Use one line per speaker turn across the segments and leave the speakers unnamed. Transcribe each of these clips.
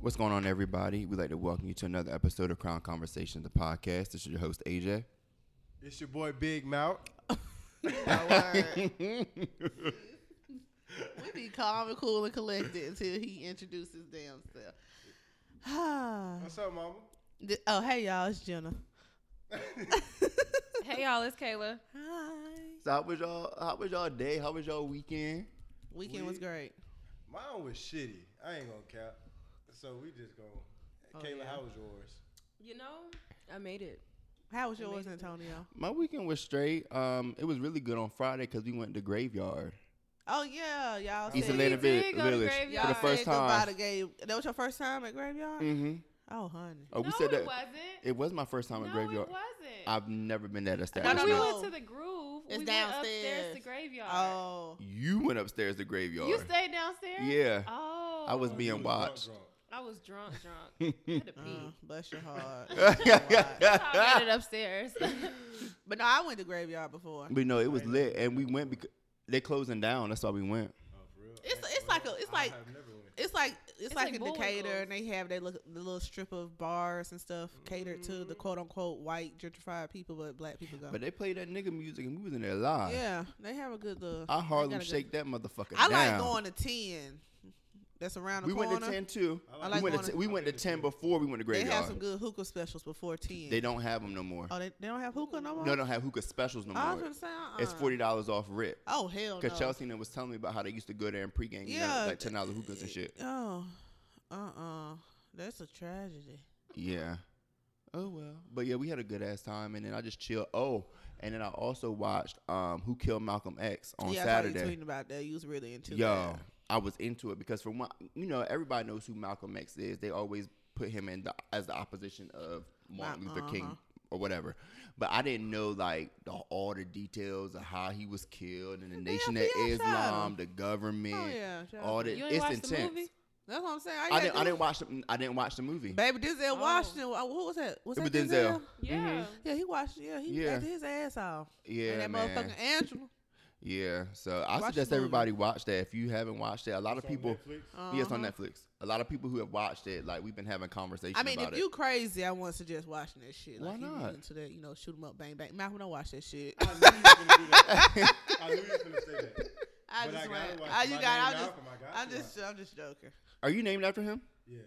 What's going on, everybody? We'd like to welcome you to another episode of Crown Conversations, the podcast. This is your host, AJ.
It's your boy Big Mouth.
We be calm and cool and collected until he introduces damn self.
What's up, mama?
Th- oh, hey y'all, it's Jenna.
Hey y'all, it's Kayla.
Hi.
So how was y'all? How was y'all day? How was y'all weekend?
Weekend was
We-
great.
Mine was shitty. I ain't gonna cap. So we just gonna.
Oh,
Kayla,
yeah.
how was yours?
You know, I made it.
How was yours,
Amazing.
Antonio?
My weekend was straight. Um, it was really good on Friday because we went to graveyard.
Oh yeah, y'all.
East
said-
Atlanta
did
Vi-
go to
Village for the
graveyard.
first
said goodbye
time.
to gay- That was your first time at graveyard.
Mm-hmm.
Oh, honey.
Oh, we
no,
said that
it wasn't.
it was my first time at
no,
graveyard.
it wasn't.
I've never been at a
when
no,
we
establishment.
no.
went to the Groove,
It's
we went
downstairs.
upstairs to graveyard.
Oh,
You went upstairs to graveyard.
you stayed downstairs.
Yeah.
Oh,
I was
Oh,
being
you
watched.
drunk, Oh, drunk.
I was drunk, drunk. I had to
uh,
pee.
bless your heart.
So I made it upstairs.
but no, I went to graveyard before.
But no, it was
Right.
lit, and we went because they're closing down. That's why we went.
Oh, for real?
It's-
Hey,
it's like a- it's
I
like-
have never went.
It's like it's,
It's
like,
like
in Decatur,
Bullwinkle's.
and they have they look the little strip of bars and stuff catered to the
Mhm.
quote unquote white gentrified people, but black people go.
But they played that nigga music, and we was in there live.
yeah, they have a good little.
I
got
Harlem
a good-
shake that motherfucker
I like
down.
going to ten. That's around the
we
corner.
went to ten too.
I
I
like
we went
like going
to,
to-
t- we went to ten before we went to
They have
graveyard.
some good hookah specials before ten.
They don't have them no more.
Oh, they, they don't have hookah no more.
No, they don't have hookah specials no
I was
more.
gonna say uh-uh.
It's forty dollars off rip.
Oh hell no.
Cause Chelsea was telling me about how they used to go there and pregame, you know,
Yeah,
like ten dollars hookahs and shit.
Oh, uh uh that's a tragedy.
Yeah. Oh well. But yeah, we had a good ass time, and then I just chilled. Oh, and then I also watched um Who Killed Malcolm X on
yeah, I saw
Saturday.
you tweeting about that. You was really into
Yo,
that.
I was into it because for one, you know, everybody knows who Malcolm X is. They always put him in the, as the opposition of Martin
Ma-
Luther King
uh-huh.
or whatever. But I didn't know like the, all the details of how he was killed and the Nation of
FBI tried
Islam,
him.
the government,
Oh yeah, child.
all that.
you ain't
It's
watched
intense.
the movie?
That's what I'm saying. All you
I
gotta
didn't. I
do-
didn't watch the. I didn't watch the movie.
Baby Denzel
Oh.
Washington. uh, Who was that? Was
It was
that
Denzel.
Denzel?
Yeah.
Um,
Yeah, he watched. Yeah, he
Yeah.
acted his ass off.
Yeah,
and that
man.
motherfucking Angela.
Yeah. So I
Watch the
suggest
movie.
everybody watch that. If you haven't watched it, a lot of
It's on
people.
Netflix?
uh
Yes, on Netflix. A lot of people who have watched it, like we've been having conversations.
I mean,
about it.
if you crazy, I wouldn't suggest watching that shit.
Why
Like, you
not?
Into that, you know, shoot 'em up, bang bang. Malcolm, don't watch that shit.
I knew you was gonna do that. I knew you was gonna say that.
I
But
just,
gotta
went-
watch
I,
My
you
Name
got, I just,
Malcolm, I
I
got to
just,
watch.
I'm just joking.
Are you named after him?
Yeah,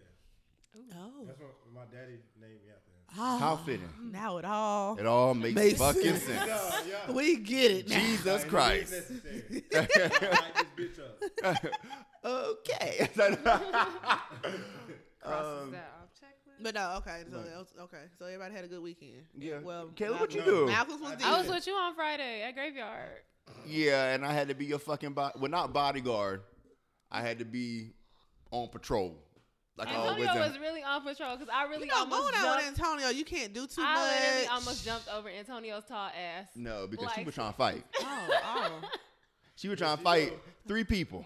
Oh, ah,
that's what my daddy named me after. him.
Uh-huh.
How fitting.
Now it all,
It all makes
Makes
fucking
sense.
sense.
No, yeah.
we get it now.
Jesus
Like, it
Christ.
is necessary. I like this bitch up.
okay.
Crosses
Um,
that off checklist.
But no, okay, so
Right.
that was- okay, so everybody had a good weekend.
Yeah.
Well,
Caleb, what you
Malcolm-
do?
Malcolm's was
I
I was
decent.
with you on Friday at graveyard.
yeah, and I had to be your fucking bo- well, not bodyguard. I had to be on patrol. Like I always
Antonio
am.
was really on patrol because I really
You know,
almost
going out with
jumped.
Antonio, you can't do too much.
I literally almost jumped over Antonio's tall ass.
no, because she
like-
was trying to fight.
Oh, oh.
She was trying to
she
fight
know.
three people.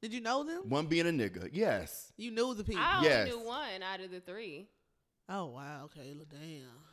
Did you know them?
One being a nigga. Yes.
You knew the people.
I only
Yes.
knew one out of the three.
Oh wow, okay, well, damn.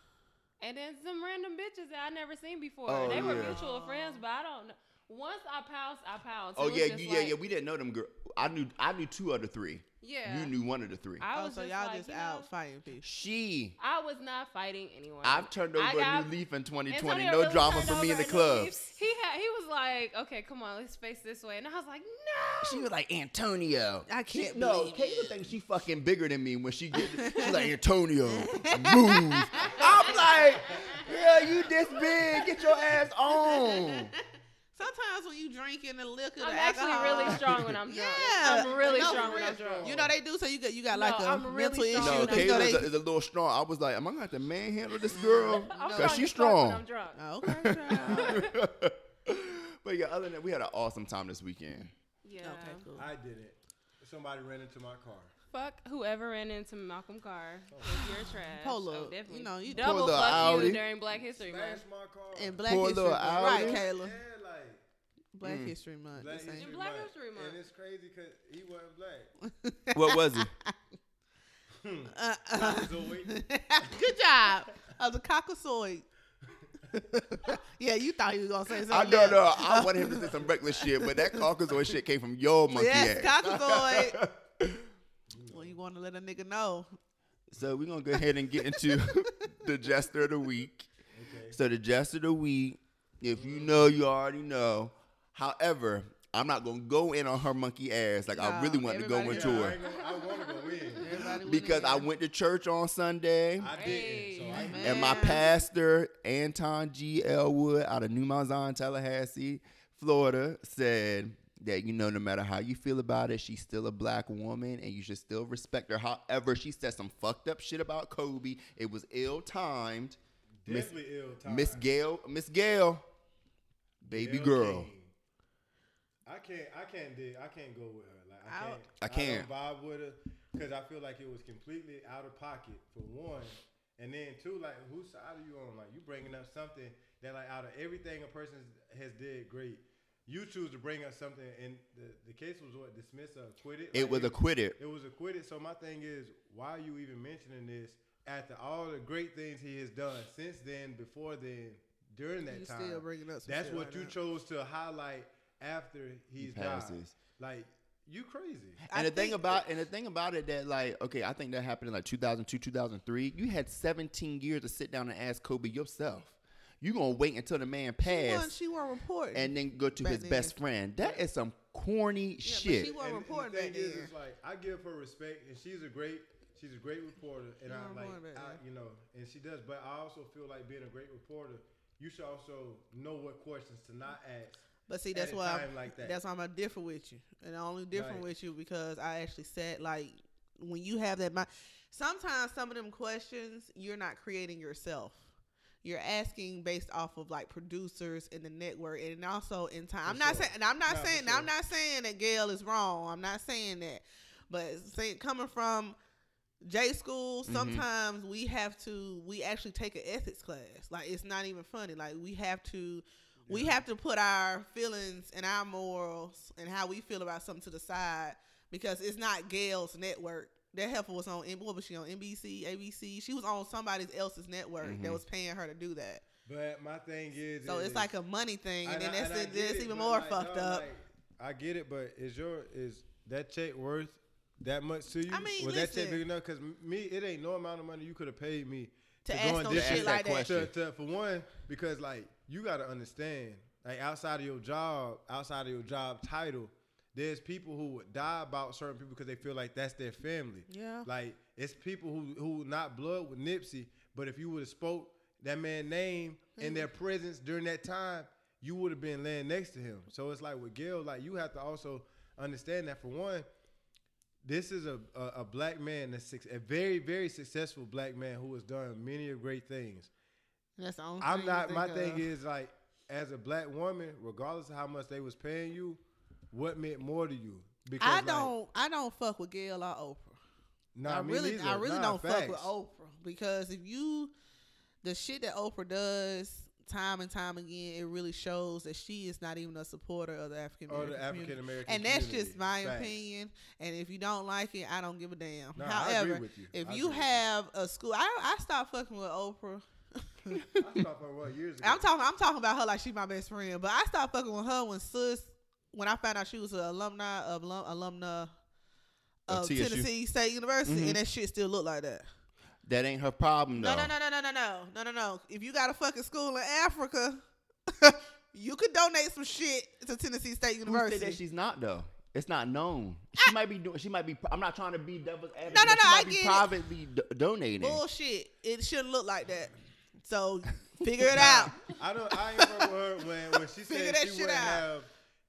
And then some random bitches that I never seen before.
Oh,
they were
yeah.
mutual friends, but I don't know. Once I pounced, I pounced. It
Oh
was
yeah,
just
you, yeah,
like-
yeah. We didn't know them girl. I knew I knew two out of three.
yeah.
You knew one of the three.
I
Oh,
was
so
just
y'all
like,
just
you
out
know,
fighting people.
she
I was not fighting anyone.
I've turned over
I
a
got-
new leaf in 2020.
Antonio
No
really
drama
turned
for me in
over
the
and over.
clubs.
He had he was like, okay, come on, let's face this way, and I was like, no.
She was like Antonio.
I can't
She, no,
believe
Kayla
it.
thinks she fucking bigger than me when she get. She's like Antonio, move. I'm like, yeah, you this big. Get your ass on.
Sometimes when you drinking the liquor, the
I'm actually
alcohol,
really strong when I'm drunk.
Yeah,
I'm really
No, for
strong when
real.
I'm drunk.
You know they do. So you got you got
No,
like a
I'm really
mental issue.
strong.
No,
You
because you
Kayla
know
is
they,
a, is a little strong. I was like, am I gonna have to manhandle this girl? Cause
I'm
she's
as fuck when
strong.
I'm drunk.
Oh, okay, child.
but yeah, other than that, we had an awesome time this weekend.
Yeah.
okay, cool.
I did it. Somebody ran into my car.
Fuck whoever ran into Malcolm Carr.
Oh.
If You're trash.
Polo.
Oh, definitely.
You know, you-
double
Polo
fuck
Audi.
you during Black History Month.
Smashed my car.
And Black
Poor
History
little
Month, right,
Owdy.
yeah,
Kayla?
like.
Black
Mm.
History Month.
Black
this ain't-
History
Black
Month.
History Month.
And it's crazy because he wasn't black.
What was it?
Uh, uh.
Zoid.
Good job of the cockasoid. yeah, you thought you was gonna say something.
I don't
else.
know. I wanted him to say some reckless shit, but that caucus or shit came from your monkey
Yes,
ass.
cockasoid. well, you going want to let a nigga know.
So we're gonna go ahead and get into the jester of the week.
Okay.
So the jester of the week, if you know, you already know. However, I'm not gonna go in on her monkey ass like I
No,
really want to go
everybody
into
Yeah, I,
her
ain't gonna, I wanna go in.
Everybody wanna
because I
hear.
went to church on Sunday.
I didn't. So I ain't
Hey,
And my
Man.
pastor, Anton G. Elwood, out of New Mount Zion, Tallahassee, Florida, said that, you know, no matter how you feel about it, she's still a black woman and you should still respect her. However, she said some fucked up shit about Kobe. It was ill timed. Miss,
definitely ill time.
Miss Gail, Miss Gail, baby girl.
I can't. I can't. Dig, I can't go with her. Like I
Out.
can't.
I can't.
don't vibe with her because I feel like it was completely out of pocket for one, and then two, like whose side are you on? Like you bringing up something that like out of everything a person has did great, you choose to bring up something, and the, the case was what dismissed or acquitted.
It
Like,
was acquitted.
It was acquitted. So my thing is, why are you even mentioning this after all the great things he has done since then, before then, during that
You
time?
still bringing up some
That's
shit
what
like
you
that.
chose to highlight after he's died.
passes.
Like you crazy.
I
And the thing
think-
about and the thing about it that like okay, I think that happened in like 2002, 2003. You had 17 years to sit down and ask Kobe yourself. You gonna wait until the man
She
passed
wasn't, she wasn't reporting.
and then go to
back
his
then.
best friend. That is some corny
yeah, But she
shit.
wasn't
And
reporting
the thing
back
is,
then.
is like I give her respect, and she's a great, she's a great reporter, and
No,
I'm
I'm
like,
going back
I, you know, and she does. But I also feel like being a great reporter, you should also know what questions to not ask.
But see,
at
that's
a
why I'm,
time like that.
that's why I'm a different with you, and I'm only different
Right.
with you because I actually said like when you have that mind. Sometimes some of them questions you're not creating yourself. You're asking based off of like producers in the network, and also in time. I'm
For
not
sure.
saying, and I'm not
Nah, for
saying,
sure.
I'm not saying that Gail is wrong. I'm not saying that, but saying coming from J school,
Mm-hmm.
Mhm.
sometimes we have to we actually take an ethics class. Like it's not even funny. Like we have to we
Yeah.
have to put our feelings and our morals and how we feel about something to the side because it's not Gail's network. That heifer was on what was she on NBC, ABC? She was on somebody else's network
Mhm.
Mm-hmm.
that was paying her to do that.
But my thing is,
So it's
is-
like a money thing, and, then
I-
that's,
I get
it, that's
it,
even
but,
more
like,
fucked
dog,
up.
like, I get it, but is your is that check worth that much to you?
I mean,
was that check
listen.
big enough? Because me, it ain't no amount of money you could have paid me
To
go
ask
and
no
dig-
shit To ask like that that.
To,
question.
to- for one, because like you got to understand, like outside of your job, outside of your job title, there's people who would die about certain people because they feel like that's their family.
Yeah.
Like it's people who who not blood with Nipsey, but if you would have spoke that man's name in their presence during that time, you would have been laying next to him. So it's like with Gil, like you have to also understand that for one, this is a a, a black man, that's suc- a very very successful black man who has done many of great things.
And that's the only
I'm
thing you
not. My
think
thing
of.
is like, as a black woman, regardless of how much they was paying you, what meant more to you? Because
I
like,
don't I don't fuck with Gail or Oprah.
Nah,
I
me
really, I
neither.
really
Nah,
don't fuck with
facts.
Oprah because if you, the shit that Oprah does time and time again, it really shows that she is not even a supporter of the African
Or
American
Oh, the African
community.
American.
And that's just my
Facts.
opinion. And if you don't like it, I don't give a damn.
Nah, I agree
However,
with you.
if
I
you
agree with you.
have a school, I, I stopped fucking with Oprah.
I stopped her what years ago.
I'm talking, I'm talking about her like she's my best friend, but I stopped fucking with her when sus when I found out she was an alumni of alum, alumna
Of
of
TSU.
Tennessee State University,
Mm-hmm.
Mhm.
and that shit still looked like that.
That ain't her problem
No,
though.
no, no, no, no, no, no, no, no, no. If you got a fucking school in Africa, you could donate some shit to
Who
Tennessee State
said that
University. Ah!
she's not though? It's not known. She might be doing. She might be. I'm not trying to be devil's advocate.
no,
but
no,
She might
I
be
get it.
privately do- donating.
Bullshit. It shouldn't look like that. So figure it out.
I don't. I ain't fuck with her when when she
Figure
said
that
she
shit
wouldn't
out.
have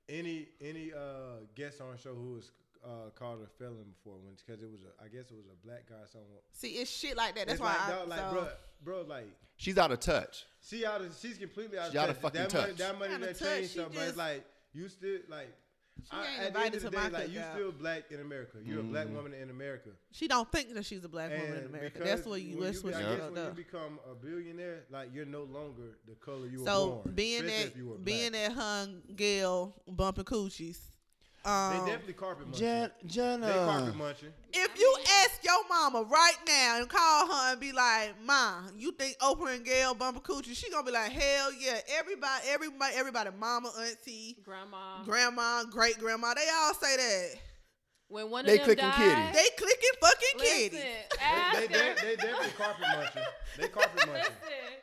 any any uh guest on her show who was uh called a felon before when because it was a I guess it was a black guy someone.
See, it's shit like that.
it's
That's why
like,
I.
dog, like
so-
bro, bro, like
She's out of touch.
she out of she's completely out
She
of
outta
touch.
fucking
that Money,
touch.
that money
Outta
that
touch,
changed
she
stuff, but
just-
it's like you still like. I,
ain't
at the end
invited
of the
to
day,
my
like you
cookout.
still black in America. You're a
Mm-hmm.
black woman in America.
she don't think that she's a black woman in
And
America.
because
That's what you.
when
That's what
be-
she
I guess
fucked
when
up.
you become a billionaire, like you're no longer the color you were
So
born.
being
especially
that
if you were black.
being that hung girl bumping coochies.
they
Um,
definitely carpet munching.
Jen, Jenna.
They carpet munching.
If you ask your mama right now and call her and be like, "Ma, you think Oprah and Gail bumper coochie?" She gonna be like, "Hell yeah!" Everybody, everybody, everybody, mama, auntie,
Grandma.
grandma, great grandma, they all say that.
When one
They
of them
clicking kitty.
died,
They clicking fucking
listen,
kitty.
ask
They, they, they,
her.
they definitely carpet munching. They carpet munching.
Listen.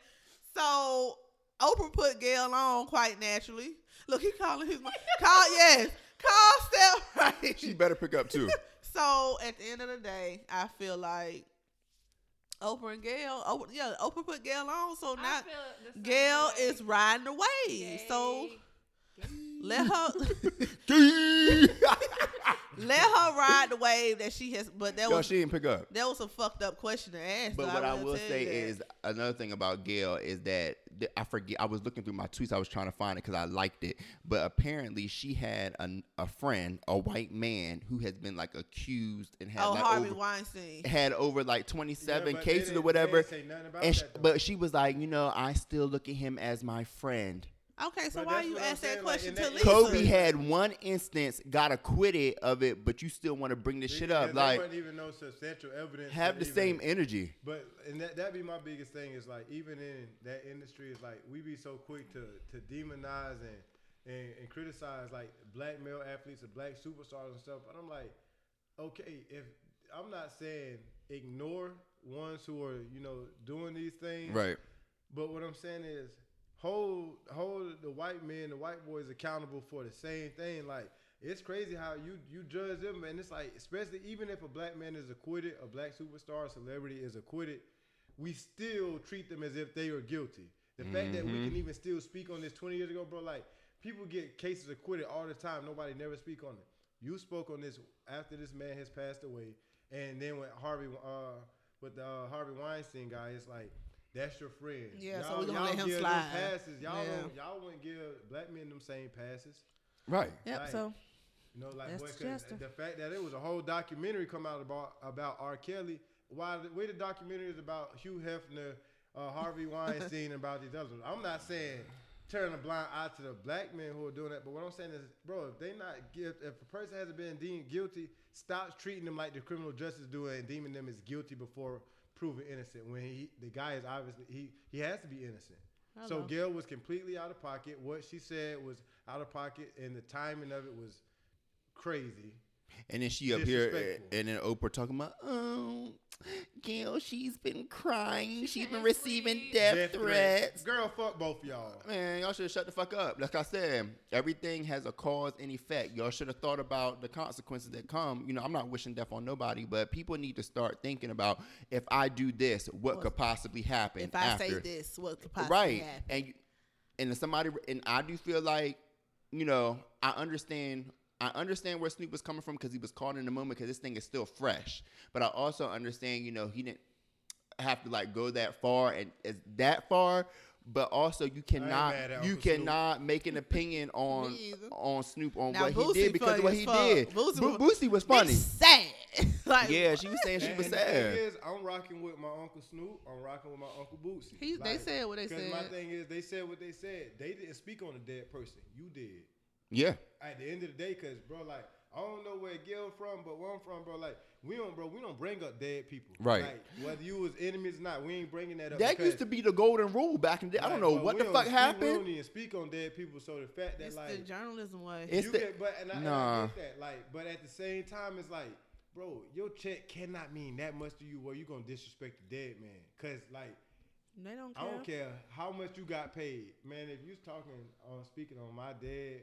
So Oprah put Gail on quite naturally. Look, he calling his mom. Call yes. Call Steph
She
right.
better pick up too.
So at the end of the day, I feel like Oprah and Gail. Oprah, yeah, Oprah put Gail on, so
I
now
feel the same
Gail
way.
is riding the wave.
Yay.
So let her
Yo,
let her ride the wave that she has. But that was
she didn't pick up.
that was a fucked up question to ask.
But
though,
what I will
tell
say
you that.
is another thing about Gail is that th- I forget. I was looking through my tweets. I was trying to find it because I liked it. But apparently, she had an, a friend, a white man, who has been like accused and had
oh
like
Harvey
over,
Weinstein.
had over like twenty seven
Yeah, but they
cases or
didn't-
whatever.
They didn't say nothing about
And sh
that, though.
but she was like, you know, I still look at him as my friend.
Okay, so
But
why
that's
you
what I'm
ask that
saying, like,
question
in that
to Lisa?
instance-
Kobe had one instance, got acquitted of it, but you still want to bring this shit
Yeah,
up.
there
Like,
wasn't even no substantial evidence.
have
to
the same
even-
energy.
But and that that be my biggest thing is like even in that industry is like we be so quick to to demonize and and, and criticize like black male athletes and black superstars and stuff. But I'm like, okay, if I'm not saying ignore ones who are you know doing these things,
Right.
But what I'm saying is hold hold the white men, the white boys accountable for the same thing. Like it's crazy how you you judge them, and it's like especially even if a black man is acquitted, a black superstar, celebrity is acquitted, we still treat them as if they are guilty. The fact that we can even still speak on this 20 years ago, bro, like people get cases acquitted all the time. Nobody never speak on it. You spoke on this after this man has passed away, and then when Harvey, uh, with the uh, Harvey Weinstein guy, it's like that's your friend.
Yeah, so we gonna let him
give them
slide.
Passes, y'all
Yeah.
don't, y'all wouldn't give black men them same passes.
Right.
Yep.
Right.
So
You know, like
That's
boy, 'cause
Chester.
the fact that it was a whole documentary come out about about R. Kelly. Why the way the documentary is about Hugh Hefner, uh, Harvey Weinstein, and about these others. I'm not saying turn a blind eye to the black men who are doing that, but what I'm saying is, bro, if they not give, if a person hasn't been deemed guilty, stop treating them like the criminal justice do and deeming them as guilty before proven innocent. When he, the guy is obviously he he has to be innocent. So
Hello.
Gail was completely out of pocket. What she said was out of pocket, and the timing of it was crazy.
And then she up here, eh,
Disrespectful.
and then Oprah talking about, oh, Gail, she's been crying. She's been
can't
receiving
sleep.
death,
Death
threats.
Girl, fuck both y'all.
Man, y'all should have shut the fuck up. Like I said, everything has a cause and effect. Y'all should have thought about the consequences that come. You know, I'm not wishing death on nobody, but people need to start thinking about if I do this, what
What's-
could possibly happen
if I
after.
say this, what could possibly
right
happen?
and you- and if somebody and i do feel like you know i understand i understand where snoop was coming from because he was caught in the moment because this thing is still fresh but i also understand you know he didn't have to like go that far and as that far but also you cannot
mad at
you
Uncle Snoop.
cannot make an opinion on
Me either.
on snoop on
Now,
what
Boosie
he did because
funny
of what
as
he
fuck.
did
Boosie
Bo-
was-
Boosie was funny
They sad. like
yeah she was saying she
And
was
the thing
sad
is, I'm rocking with my uncle Snoop. I'm rocking with my uncle Bootsy.
He- they said what they
'cause My
said.
thing is, they said what they said. They didn't speak on a dead person. You did.
yeah
at the end of the day, cause bro, like I don't know where Gil from, but where I'm from, bro, like we don't, bro, we don't bring up dead people,
Right.
Like, whether you was enemies or not, we ain't bringing that up.
that
because,
used to be the golden rule back in the day. I don't
like,
know
bro,
what
we
the
don't
fuck
speak- We
happened.
don't even speak on dead people, so the fact that
It's the
like
journalism way.
It's
you
the-
get, but and I,
Nah.
and I get that, like, but at the same time, it's like, bro, your check cannot mean that much to you. Where you gonna disrespect the dead man? Cause like.
they don't
I
care.
don't care how much you got paid, man. If you talking on speaking on my dead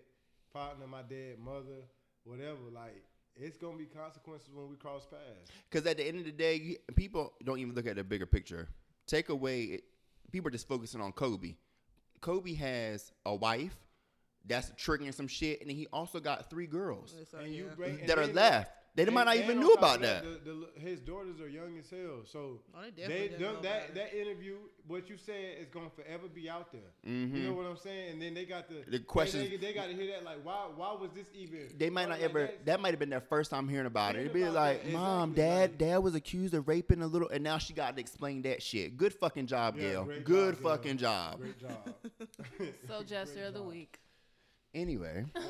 partner, my dead mother, whatever, like it's gonna be consequences when we cross paths.
Because at the end of the day, you, people don't even look at the bigger picture. Take away, it, people are just focusing on Kobe. Kobe has a wife that's triggering some shit, and then he also got three girls
So,
and you
yeah.
bring and
that are
then-
left. They
and-
might not
and
even
on
knew
top of
about that.
the- the- his daughters are young as hell, so
Oh, they definitely
they,
didn't
them-
know
that
about it.
that interview, what you said is gonna forever be out there. You know what I'm saying? And then they got the
Mm-hmm. The questions-
They, they, got to hear that like, why why was this even?
They might
why-
not
like,
ever.
that's-
That might have been their first time hearing about it.
Hearing
It'd be
about
like,
that,
"Mom,
exactly,
dad,
like-
dad was accused of raping a little, and now she got to explain that shit." Good fucking job,
Yeah,
Gail.
great
Good
job, Gail.
fucking job.
Great job.
So jester
Great
of the
job.
week.
Anyway.
Boy,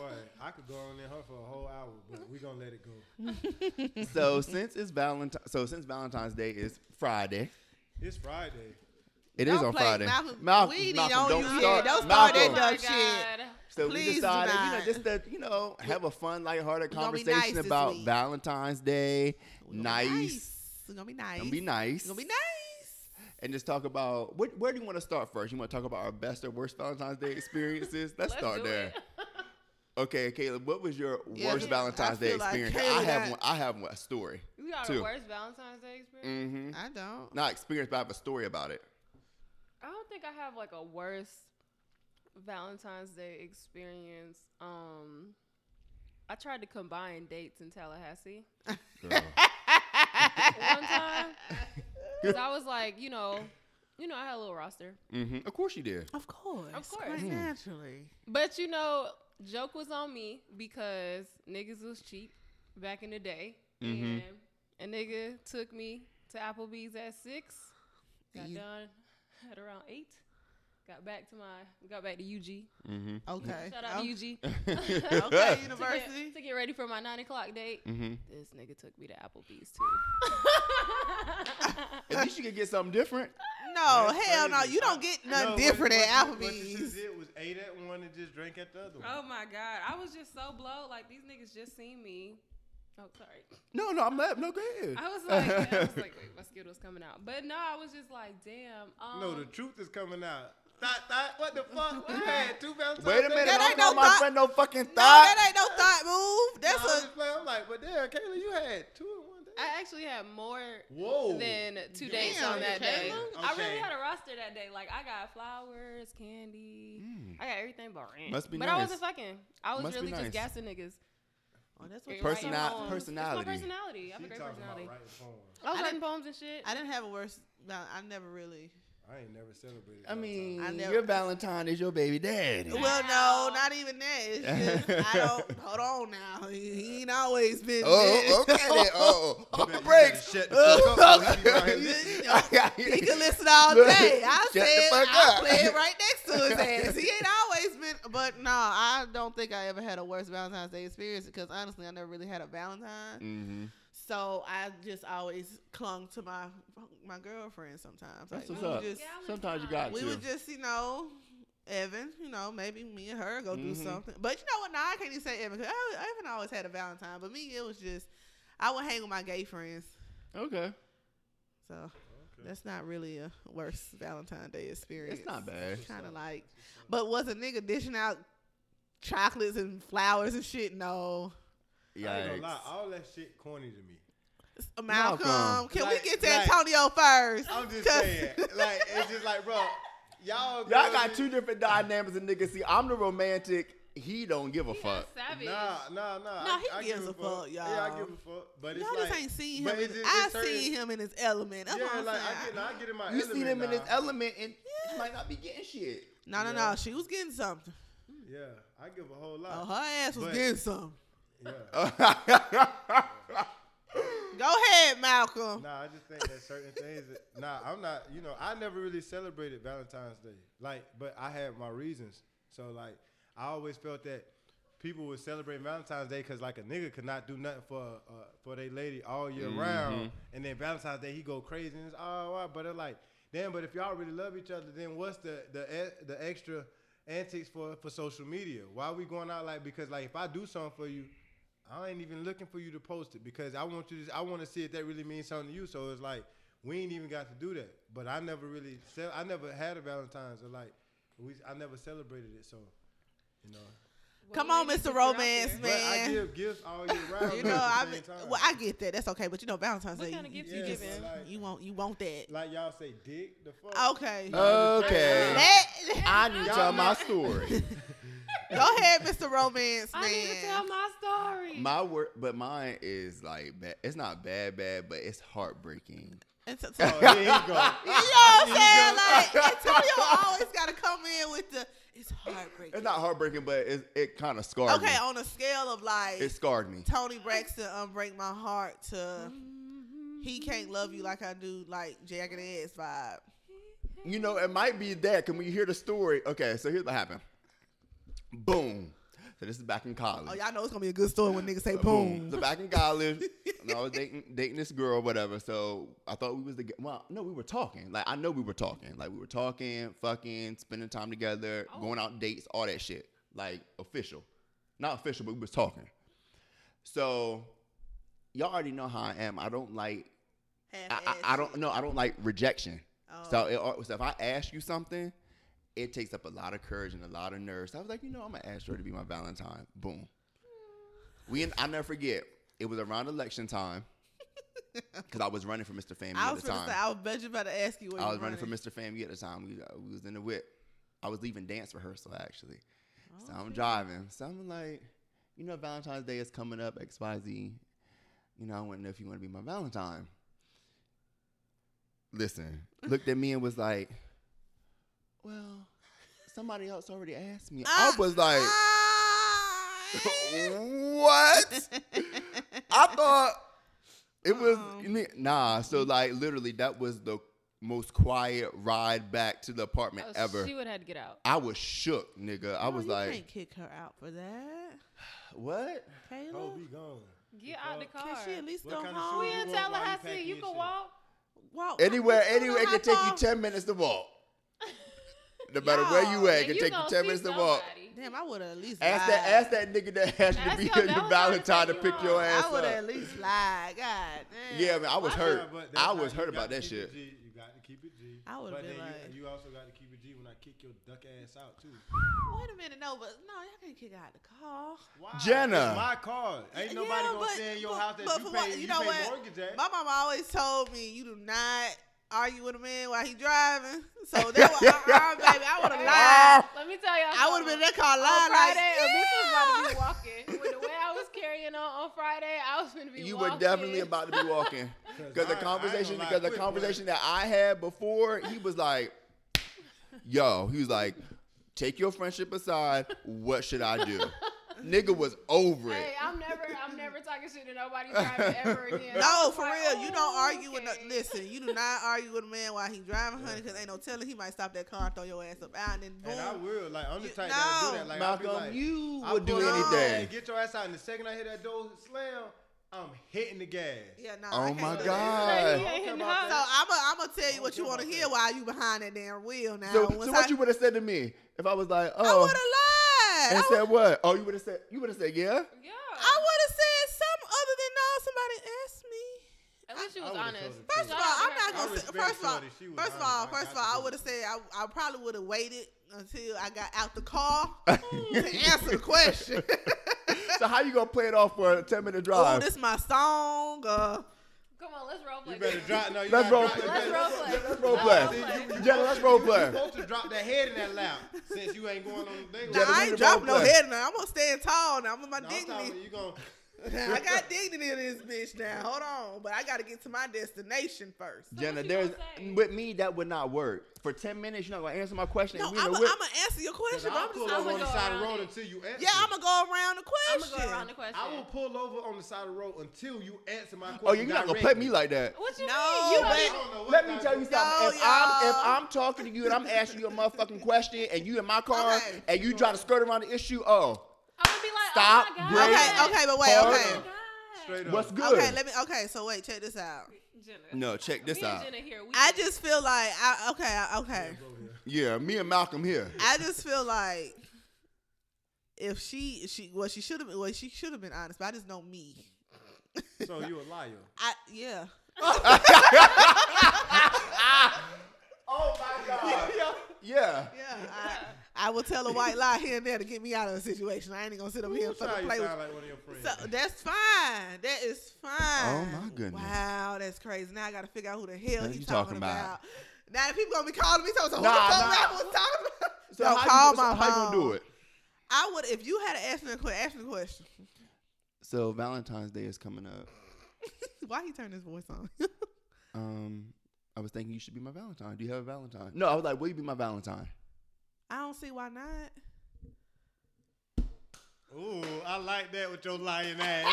I could go on there her for a whole hour, but we gonna let it go.
so since it's Valentine, so since Valentine's Day is Friday,
It's Friday.
it is
Don't
on
play
Friday.
Malcolm-
Malcolm,
we need
Malcolm,
on
don't
you, yeah,
start.
don't start
Malcolm,
that dumb
Oh my
shit.
God.
So we
Please do
decided, you know,
not.
just to, you know, have a fun, lighthearted
We gonna be
conversation
nice this
about
week.
Valentine's Day.
We gonna
Nice.
be It's gonna be nice.
Gonna be nice.
It's gonna be nice.
And just talk about what, where do you want to start first? You want to talk about our best or worst Valentine's Day experiences? Let's, start
do
there.
it.
Okay, Caleb, what was your
Yeah,
worst
I
Valentine's Day
feel like
experience? I
Caleb
have
got-
one. I have one a story.
You got
Two.
a worst Valentine's Day experience?
Mm-hmm.
I don't.
Not experience, but I have a story about it.
I don't think I have like a worst Valentine's Day experience. Um, I tried to combine dates in Tallahassee one time because I was like, you know, you know, I had a little roster,
hmm Of course you did.
Of course.
Of course.
Quite
Hmm.
naturally.
but you know, joke was on me because niggas was cheap back in the day,
Mm-hmm.
Mhm.
and a nigga took me to Applebee's at six. Got
You-
done at around eight. Got back to my, got back to UG.
Mm-hmm.
Okay.
Shout out to UG.
Mm-hmm.
Okay,
to get-
university.
To get, ready for my nine o'clock date.
Mm.
This nigga took me to Applebee's too.
At least you could get something different.
No,
That's
hell no.
crazy.
You
I-
don't get nothing
No,
different
what-
at
what- what you
Applebee's.
just did was ate at one and just drank at the other one.
oh my god, I was just so blown. Like these niggas just seen me. Oh sorry.
No, no, I'm not. No, go ahead.
I was like, I was like, wait, my skid was coming out. But no, I was just like, damn. Um,
No, the truth is coming out. Thought, thought, what the fuck? You had two Valentine's
Wait a minute.
Days?
That
I
ain't
don't call
no
my
thought-
friend no fucking
No,
thought.
that ain't no thought move. That's
no, I'm,
a
just playing. I'm like, but damn, Kayla, you had two in one day.
I actually had more
Whoa.
than
Damn,
two dates on that day.
Kayla.
I really
Okay.
had a roster that day. Like I got flowers, candy,
Mm.
I got everything but rent.
Must be
but I
nice.
wasn't fucking. I was
Must be
really
nice.
just gassing niggas.
oh, that's what you
Personnal-
Writing poems.
personality.
um, It's my personality. I have a
She
great
talking about
personality.
writing poems.
I was
I
writing
didn't-
poems and shit.
I didn't have a worse. val- I never really.
I ain't never celebrated.
I
Valentine's.
mean,
I never-
your Valentine is your baby daddy.
Well,
Wow.
no, not even that. It's just, I don't. Hold on now. He, he ain't always been.
Oh,
this.
okay. then. Oh, oh,
You
oh
better
breaks.
shut the fuck up. We be right
here. He can listen all
Look,
day. I
shut the
said
fuck
I
up.
play it right next to his ass. He ain't always been, but no, I don't think I ever had a worse Valentine's Day experience because honestly, I never really had a Valentine.
Mm-hmm.
So I just always clung to my my girlfriend sometimes.
That's
Like,
what's
we
up.
would Just,
Yeah, I was
Sometimes you
fine.
got
we
to.
would just, you know, Evan, you know, maybe me and her go do
Mhm.
something. But you know what? Now I can't even say Evan because Evan always had a Valentine. But me, it was just I would hang with my gay friends.
okay.
So that's not really a worse Valentine's Day experience.
It's not bad.
Kind of like, but was a nigga dishing out chocolates and flowers and shit? No.
I ain't
Yikes.
gonna lie, all that shit corny to me.
Malcolm,
Malcolm.
can
Like-
we get to
like-
Antonio first?
I'm just
'Cause-
saying, like it's just like, bro, y'all.
Y'all
girls
got
be-
two different dynamics of niggas. See, I'm the romantic. He don't give a
He
fuck.
got savage.
Nah, nah, nah.
Nah, he
give
gives a fuck,
Yeah, I
y'all.
give a fuck. But it's
Y'all
like,
just ain't seen him.
but
in-
it's just-
I
it's certain-
seen him in his element. That's
yeah,
what I'm
like I
saying.
get, nah, I get in my
You
element
seen him in his
now.
element, and he might not be getting shit.
no, no,
Yeah.
no. She was getting something.
Yeah, I give a whole
Oh,
lot.
her ass was
But-
getting something.
Yeah.
mm-hmm.
Go ahead, Malcolm.
Nah, I just think that certain things. That, nah, I'm not. You know, I never really celebrated Valentine's Day. Like, but I had my reasons. So like, I always felt that people would celebrate Valentine's Day because like a nigga could not do nothing for uh, for their lady all year round, and then Valentine's Day he go crazy and it's all right. But it's like, damn. But if y'all really love each other, then what's the the e- the extra antics for for social media? Why we going out like because like if I do something for you, I ain't even looking for you to post it because I want you to. I want to see if that really means something to you. So it's like we ain't even got to do that. But I never really, ce- I never had a Valentine's or like, we, I never celebrated it. So, you know,
Well,
Come
we
on,
need to
Mr.
figure out
Romance,
there.
but I
Man.
give gifts all year round.
You
but
know,
at
I
the same time,
well, I get that. That's okay, but you know, Valentine's
What
Day.
kind of gifts you
Yes,
giving?
like-
You want you want that.
like y'all say, dick the fuck.
Okay.
Okay.
That-
I need to
Y'all
tell my
know-
story.
go ahead, Mr. Romance Man.
I need to tell my story.
My work, but mine is like ba- it's not bad, bad, but it's heartbreaking.
And so- so-
Oh, there you go.
you know what I'm saying?
Here you go.
Like Antonio always gotta come in with the it's heartbreaking.
It's not heartbreaking, but it it kind of scarred me.
okay, on a scale of like
It scarred me.
Tony Braxton um break my heart to he can't love you like I do, like jagged ass vibe.
You know, it might be that. Can we hear the story? Okay, so here's what happened. Boom. So this is back in college.
Oh, y'all know it's gonna be a good story when niggas say
Uh, boom.
boom.
So back in college, and I was dating dating this girl, whatever. So I thought we was the g- well, no, we were talking. Like I know we were talking. Like we were talking, fucking, spending time together, going out dates, all that shit. like official, not official, but we was talking. So y'all already know how I am. I don't like. I, I, I don't know. I don't like rejection.
Oh,
So, it, so if I ask you something, it takes up a lot of courage and a lot of nerves. So I was like, you know, I'm gonna ask her to be my Valentine. Boom. We in, I never forget. It was around election time because I was running for Mr. Family
I
at
was
the
gonna
time.
say. I was bet you about to ask you. What
I
you
was running,
running
for Mr. Family at the time. We, uh, we was in the whip. I was leaving dance rehearsal actually. So
Oh,
I'm
shit.
driving. So I'm like, you know, Valentine's Day is coming up, XYZ. You know, I want to know if you want to be my Valentine. Listen, looked at me and was like, well, somebody else already asked me. I
Ah,
was like,
ah.
what? I thought it was
Uh-uh.
you mean- nah. So like literally, that was the most quiet ride back to the apartment
Oh,
ever.
She would have had to get out.
I was shook, nigga. I
No,
was
you
like,
can't kick her out for that,
what?
Oh,
Kayla.
be gone.
Get out the
fuck?
Can
car.
she at least
What
go
kind of
home?
we
shoes
in
You walk while you
Tallahassee.
packing
You
your
can
shit.
walk.
Wow,
Anywhere,
I don't know
anywhere, it
how
can take you
far-
ten minutes to walk. No matter where you
Y'all,
at, it
now
can take you
gonna
ten
see
minutes to walk.
somebody.
Damn, I would have at least
Ask that,
lied.
ask that nigga that asked you to
Ask
be
your
your
Valentine
Valentine to
to take
pick
you
your
home.
ass
I would have
up.
at least lied. God damn.
Yeah, man, I was
Why-
hurt.
Yeah, but
I was
that's how you
hurt about
gotta
that
keep it
shit.
G. You got to keep it G.
I would've
But
been
then
like-
you, you also got to keep it G when I kick your duck ass out too.
Wait a minute, no, but no, y'all can't kick her out the car.
Why?
Jenna.
It's my car. Ain't nobody
Yeah,
gonna
but-
stay in your
but-
house that
but
you
for
pay.
what-
you,
you know
pay
what?
mortgage at.
My mama always told me, you do not argue with a man while he driving. So that was, uh-uh, baby, I
Oh.
would have lied.
Ah!
Let me tell y'all.
I would have been in that car
on
lying like,
Friday. a bitch was about to
yeah.
be walking. With the way I was carrying on on Friday, I was going to be.
You
walking.
were definitely about to be walking because
I- I
the
ain't
conversation,
gonna lie,
because the
quick,
conversation that I had before, he was like, "Yo," he was like, "Take your friendship aside. What should I do?" Nigga was over it.
Hey, I'm never, I'm never talking shit to nobody driving ever again. I
No,
was
for
like,
real. You don't
"Oh,
argue with no,
okay."
listen, you do not argue with a man while he driving, honey, because ain't no telling he might stop that car and throw your ass up out and then boom.
And I will. Like I'm the
You-
type that would do
no.
that. Like
Malcolm,
I'll be like,
you
I'll
would do
pull up
anything.
and Get your ass out. And the second I hear that door slam, I'm hitting the gas.
Yeah, nah, I
Oh
can't
my
do that.
god.
He ain't hitting
So
her.
I'm gonna I'm tell you
Don't
what you
care
want to
about
hear
that.
while you behind that damn wheel now.
So,
Um, Once
so what
I-
you would have said to me if I was like,
I
"Oh,"
would have lied.
and
I
said what? Oh, you would have said, you would have said, "Yeah."
Yeah.
I would have said something other than no. Somebody asked me.
At least she
I
was
would've
honest.
told the
First
truth.
of all, I'm
I
not gonna. Say,
respect
first of all,
Shorty. She was
first of
honest.
all,
I
first
got
of all,
the
I would have
truth.
said I, I probably would have waited until I got out the car to answer the question.
So how you gonna play it off for a ten minute
oh,
drive?
this my song. Uh,
Come on, let's role play.
You better
this.
drop. No, you
Let's
gotta
roll
drop-
play.
you
Let's
better-
role
Let's role
play. Let's
play.
role play.
Jenna, let's role play.
You supposed to drop that head in that lap since you ain't going on the thing.
nah,
we
I
need
ain't
to role
dropping no
play.
head now. I'm gonna stand tall now. I'm on my
No, I'm talking about
dignity.
you gonna.
I got dignity in this bitch now. Hold on, but I gotta get to my destination first.
So
Jenna,
what you gonna
there's
say?
with me that would not work. For ten minutes, you're not gonna answer my question.
No,
and
I'm
we in a
gonna
whip.
answer your question. but
I'll
I'm
pull
just,
I'ma
over on
go
the side of
around
the road
it.
until you answer.
yeah, I'm gonna go around the
I'm
question.
gonna go around the question.
I will pull over on the side of the road until you answer my question.
oh, you're not gonna play me
directly.
like that.
What you
No,
Oh,
mean? You
but-
I
don't even-
don't know what
Let me
kind
tell you
of-
something. if
y'all.
I'm if I'm talking to you and I'm asking you a motherfucking question and you in my car
Okay.
and you try to skirt around the issue, oh,
I'm gonna be like,
Stop,
oh my
break,
god.
Okay, okay, but wait,
Hold
okay.
up.
Straight up.
what's good?
Okay, let me. Okay, so wait, check this out.
Jenna.
no, check this
me and
out.
Jenna here, we
I
good.
just feel like I okay, I- okay.
Yeah, me and Malcolm here.
I just feel like if she she well she should have been well she should have been honest, but I just know me.
So you a liar.
I yeah.
Oh my god. yeah.
Yeah, I, I will tell a white lie here and there to get me out of a situation. I ain't gonna sit up here
You
and
sound
fucking play with
like one of your friends.
So that's fine. That is fine.
Oh, my goodness.
Wow, that's crazy. Now I gotta figure out who the hell
What
he's
you talking
talking, about.
about?
Now people gonna be calling me talking about who
Nah,
the fuck
nah.
I was talking about.
So
No,
how
call
you, so
my
how you gonna do
phone.
it?
I would if you had to ask me a question. Ask me a question.
So Valentine's Day is coming up.
Why he turned his voice on?
Um, I was thinking you should be my Valentine. Do you have a Valentine? No, I was like, will you be my Valentine?
I don't see why not.
Ooh, I like that with your lying ass.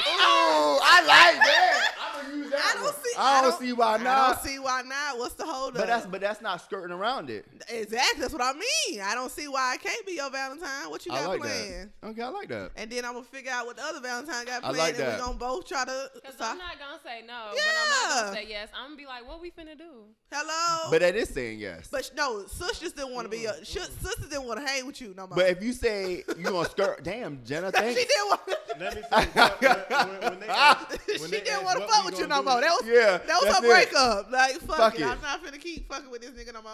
Oh,
Ooh, I like that. I'm gonna use
that
I don't
one.
see.
I don't see why
I
not.
don't see why not. What's the hold
But
up?
that's but that's not skirting around it.
exactly. That's what I mean. I don't see why I can't be your Valentine. What you
I
got
like
planned?
that. Okay, I like that.
And then I'm gonna figure out what the other Valentine got
I
planned,
like
and
that.
we're gonna both try to.
Because
So,
I'm not going to say no, but I'm not going
Yeah.
to say yes. I'm going to be like, what we finna do?
hello.
But that is saying yes. But,
But sh- no, sis just didn't want to be. A, sh- sisters didn't want to hang with you no more.
Mm-hmm. if you say you gonna skirt, damn Jenna,
she
thanks.
didn't want.
Let me tell you, when, when, when they ask,
she
when they
didn't
ask
want to
what
fuck
we
with you
gonna
no
do,
more. That was
Yeah,
that was
that's
her
it.
breakup. Like fuck,
Fuck
it.
it.
I'm not finna keep fucking with this nigga no more.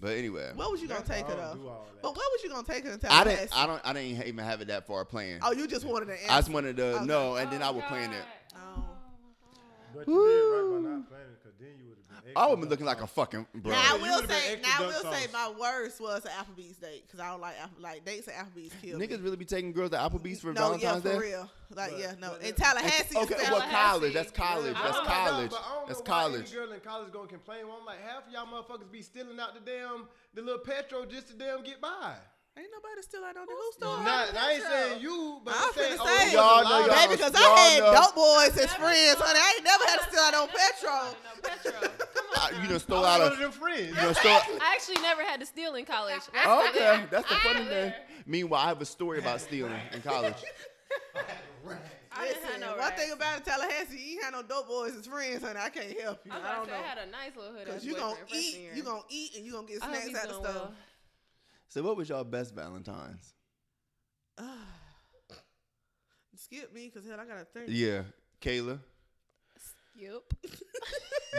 But anyway,
What was you gonna
That's
take
why
Oh, her
I don't do
though?
all that.
But what was you gonna take her to
I didn't.
Tallahassee?
I don't. I didn't even have it that far planned.
Oh, you just wanted an answer.
I just wanted to
Okay.
know, and then
Oh,
I would plan it.
God.
But you did right by not planning, because then you would have been.
I
extra
would be
dumb.
looking like a fucking bro.
Now I
you
will
would've been
say,
extra
now I
duck
will say,
sauce.
my worst was an Applebee's date because I don't like Apple, like dates at Applebee's kill me.
Niggas really be taking girls to Applebee's for
no, yeah,
Valentine's
for
Day.
real. Like
But-
yeah, no.
but
In
it-
Tallahassee,
Okay,
it's
well,
bad.
college. That's college.
Yeah,
That's
I don't know,
college.
but I don't
That's
know why
college.
Any girl in college gonna complain. Well, I'm like, half of y'all motherfuckers be stealing out the damn the little petrol just to damn get by.
ain't nobody still out on the who store.
Not, I ain't saying you, but
I'm
I'm saying,
finna
oh,
say,
it was a
Y'all know
lot of-
y'all-
baby, because
y'all
I had
know-
dope boys as
Never
friends,
stole-
honey. I ain't never had to steal out on
Never stole
petrol.
out on petrol.
Uh,
Come on.
You
now.
done stole
I
out
was one
of.
of them friends.
You done stole.
I actually never had to steal in college.
Okay, that's the
I
funny
was
thing.
there.
Meanwhile, I have a story about stealing in college.
I didn't have
Listen,
no
one
racks.
thing about it, Tallahassee, you ain't had no dope boys as friends, honey. I can't help you.
I, was
I
about
don't
to say, I
know.
had a nice little hood.
Cause
ass
you
boyfriend
gonna
freshman
eat,
year.
you gonna eat, and you gonna get
I hope
snacks
he's
out of
doing
stuff.
well.
So, what was y'all best Valentine's?
Skip me, cause hell, I gotta think.
Yeah, Kayla.
Yep.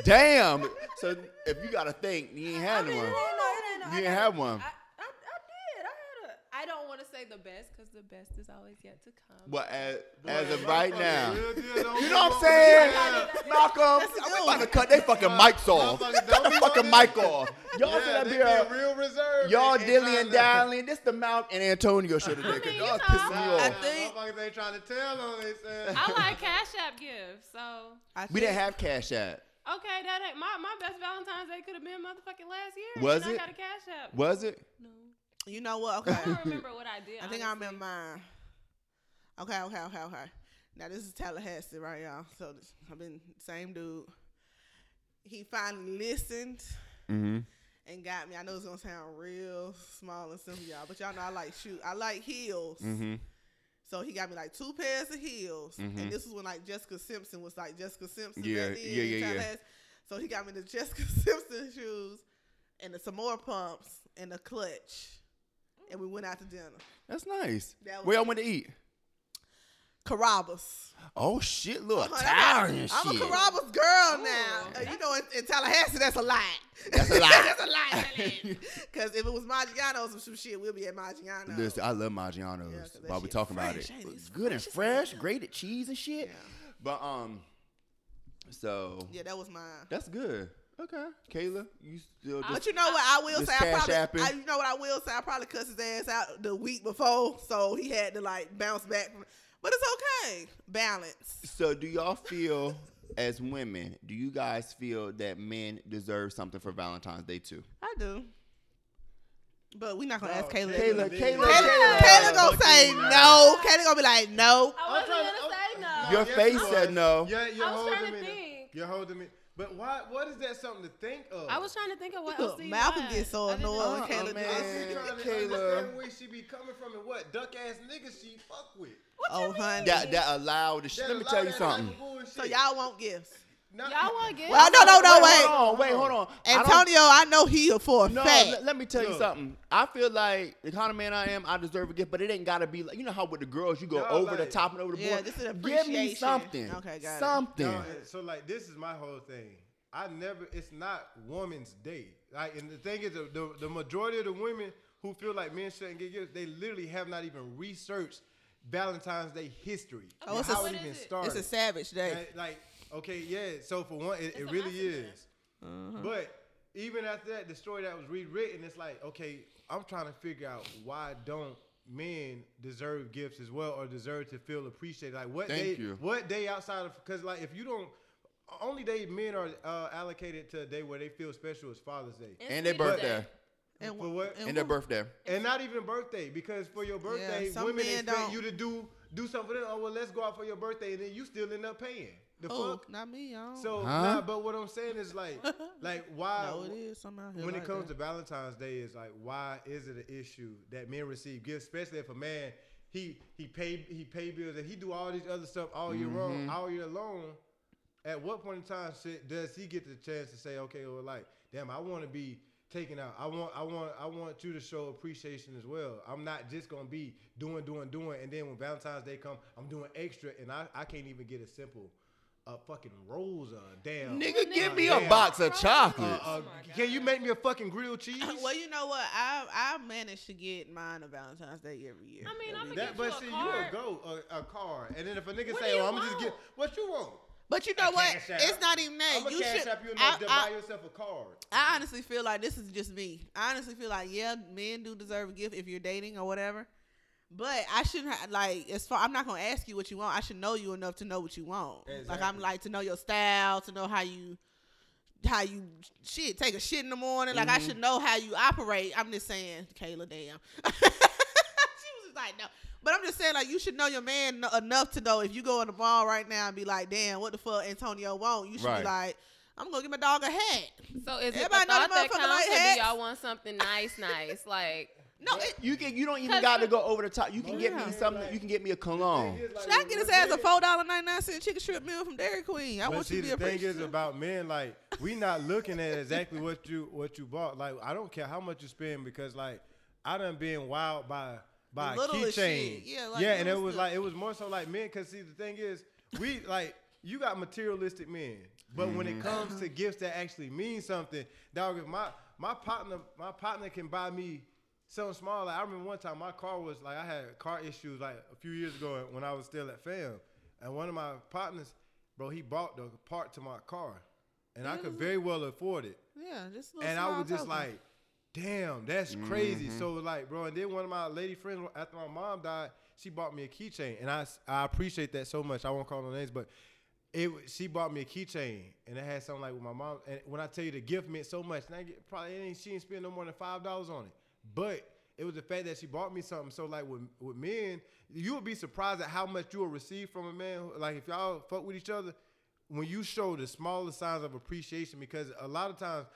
Damn. So if you gotta think, you ain't had
I mean,
one.
it ain't no- it ain't no-
You
I
ain't
got-
have one.
I, I, I did. I had a. I don't want to say the best because the best is always yet to come.
But as,
Boy,
as of
motherfucker,
right now,
real
you
deal don't
know what
be
I'm
wanting-
saying,
Yeah.
Malcolm? I'm about to cut their fucking mics off.
Motherfuckers
Cut
don't
the
be
fucking
wanting-
mic off. Y'all
yeah,
should
they
have
been
been.
real reserved.
Y'all
and- and
dilly and
trying to-
dallying. This the Mount and Antonio should have did. Cause
mean,
y'all
you
pissing me
know.
off.
I
I
think-
think motherfuckers ain't trying to tell on themselves.
I like Cash App gifts, so
I
we didn't
think-
have Cash App.
okay. That ain't my my best Valentine's Day could have been motherfucking last year.
Was
and
it?
I got a Cash App.
Was it?
No,
You know what?
I
Okay.
don't remember what I did.
I think I
honestly.
remember mine. Okay, okay, okay, okay. Now this is Tallahassee, right, y'all? So this, I've been same dude. He finally listened
Mm-hmm.
and got me. I know it's gonna sound real small and simple, y'all, but y'all know I like shoot. I like heels.
Mm-hmm.
So he got me like two pairs of heels,
Mhm.
and this was when like Jessica Simpson was like Jessica Simpson.
Yeah,
back then
yeah,
in
yeah, yeah.
Tallahassee. So he got me the Jessica Simpson shoes, and the some more pumps, and a clutch, and we went out to dinner.
That's nice.
That was
Where y'all
it.
went to eat?
Carrabba's.
Oh shit, look,
Honey,
Italian
I'm
shit.
a Carrabba's girl
Ooh.
now. Uh, you know, in, in Tallahassee, that's a lot.
That's a lot.
that's a lot. Because if it was Maggiano's or some shit, we'll be at Maggiano's.
Listen, I love
Yeah, 'cause
Maggiano's.
that
while we
shit
talking about
fresh,
it,
ain't it? It's
good and
fresh as
fresh,
hell.
grated cheese and shit.
yeah.
But um, so
yeah, that was mine.
that's good. Okay, Kayla, you still just
But you know what? I will
This
say, I
cash
probably,
apping.
I, you know what I will say? I probably cussed his ass out the week before, so he had to like bounce back. From, but it's okay. Balance.
so do y'all feel as women? Do you guys feel that men deserve something for Valentine's Day too?
I do. But we're not gonna
No,
ask Kayla.
Kayla-
Kayla,
did.
Kayla-
Kayla,
Kayla
gonna say
Fucking
no. Kayla gonna be like no.
I wasn't
trying
gonna,
to- I'm-
say Oh, no.
Your
yes,
face
you
said
was.
no.
Yeah, you're
I was
holding
trying to
me.
think.
You're holding me. But why? What is that something to think of?
I was trying to think of what
Look,
else. do you
Malcolm
want,
gets so
other than-
annoyed.
Uh-uh,
Kayla
I'm
man.
just trying to
Kayla.
understand where she be coming from and what duck ass niggas she fuck with.
What you
Oh,
mean?
honey.
That that allowed the shit.
That
Let
a
me
lot
tell
of
you
that type
something.
of bullshit.
So y'all want gifts.
Oh,
Not-
Y'all want gifts?
Well, Uh, no, no, no,
Wait,
wait.
hold on, wait, hold on. I don't-
Antonio, I, know he a for a
No,
fact.
le- let me tell you
Look.
something. I feel like the kind of man I am, I deserve a gift, but it ain't gotta be like you know how with the girls you go
Y'all
over the
like-
top and over the
Yeah,
board.
this is
Give me
appreciation.
something.
Okay, got it.
something.
Y'all- So like, this is my whole thing. I never. It's not woman's day. Like, and the thing is, the, the, the majority of the women who feel like men shouldn't get gifts, they literally have not even researched Valentine's Day history.
Oh,
and
it's a-
how
What
it even
is it?
started.
It's a savage day.
Like, like, okay, yeah. So for one, it, it
a
really
massive
is. But even after that, the story that was rewritten, it's like, okay, I'm trying to figure out why don't men deserve gifts as well or deserve to feel appreciated? Like what
Thank
day?
you.
What day outside of? Because like if you don't, only day men are uh, allocated to a day where they feel special is Father's Day.
It's
And their
Sweetie
birthday.
Day.
And,
For what?
And their
what-
birthday.
And not even birthday, because for your birthday,
some
women
men
expect
don't.
you to do do something. For them. Oh well, let's go out for your birthday, and then you still end up paying. the
Who?
fuck.
Not me, y'all.
So
Huh?
nah, but what I'm saying is like, like why?
no, it is somehow.
When it comes to Valentine's Day, is like why is it an issue that men receive gifts, especially if a man he he pay he pay bills and he do all these other stuff all year
Mm-hmm.
long, all year long. At what point in time should, does he get the chance to say, okay, well, like, damn, I want to be taken out. I want, I want, I want you to show appreciation as well. I'm not just gonna be doing, doing, doing, and then when Valentine's Day come, I'm doing extra, and I, I can't even get a simple, uh, fucking rose or a damn.
Nigga, give me
Yeah.
a box of
Frozen.
Uh,
chocolates.
uh,
Oh my
can you
God.
make me a fucking grilled cheese?
well, you know what? I I managed to get mine on Valentine's Day every year.
I mean,
That
I'ma
is-
get-
That, but
you a
see,
card.
you a go a, a car, and then if a nigga
What do
say,
you
"Oh, I'm just
want?
get what you want,"
But you know what?
cash app.
It's not even that.
I'm gonna
you
cash
should.
up you enough
I,
to
I-
buy yourself a card.
I honestly feel like this is just me. I honestly feel like yeah, men do deserve a gift if you're dating or whatever. But I shouldn't ha- like as far. I'm not gonna ask you what you want. I should know you enough to know what you want. Like I'm
Exactly.
like to know your style, to know how you, how you shit take a shit in the morning. Like I should know how you operate. I'm just saying, Kayla, damn. she was just like no, but I'm just saying like you should know your man kno- enough to know if you go in the mall right now and be like, damn, what the fuck Antonio want? You should
Right.
be like, I'm gonna get my dog a hat.
So is it the
Everybody
thought
know the
that
motherfucker
counts,
like
or
hats?
do y'all want something nice, nice? Like,
No, it,
You can. You don't even
Cause-
got to go over the top. You can get
Oh, Yeah.
me something. You can get me a cologne.
Thing is, like,
Should I
when
get his
women-
ass a four dollar ninety nine cent chicken strip meal from Dairy Queen? I
But
want
see,
you to be
the thing is
appreciative.
about men, like we not looking at exactly what you what you bought. Like I don't care how much you spend because like I done been wild by by a
Little as
keychain.
shit. Yeah, like,
and it
little
was
stuff.
like it was more so like men. Cause see, the thing is, we like you got materialistic men, but when it comes to gifts that actually mean something, dog, if my my partner my partner can buy me. Something small. Like I remember one time, my car was like I had car issues like a few years ago when I was still at fam, and one of my partners, bro, he bought the part to my car, and I could very well afford it.
yeah, just a little
And I
small
was just
token.
like, damn, that's crazy. So like, bro, and then one of my lady friends after my mom died, she bought me a keychain, and I s- I appreciate that so much. I won't call no names, but. It, wa- she bought me a keychain and it had something like with my mom. And when I tell you the gift meant so much, and I get, probably it ain't, she didn't spend no more than five dollars on it. But it was the fact that she bought me something. So like with with men, you would be surprised at how much you will receive from a man. who- Like if y'all fuck with each other, when you show the smallest signs of appreciation, because a lot of times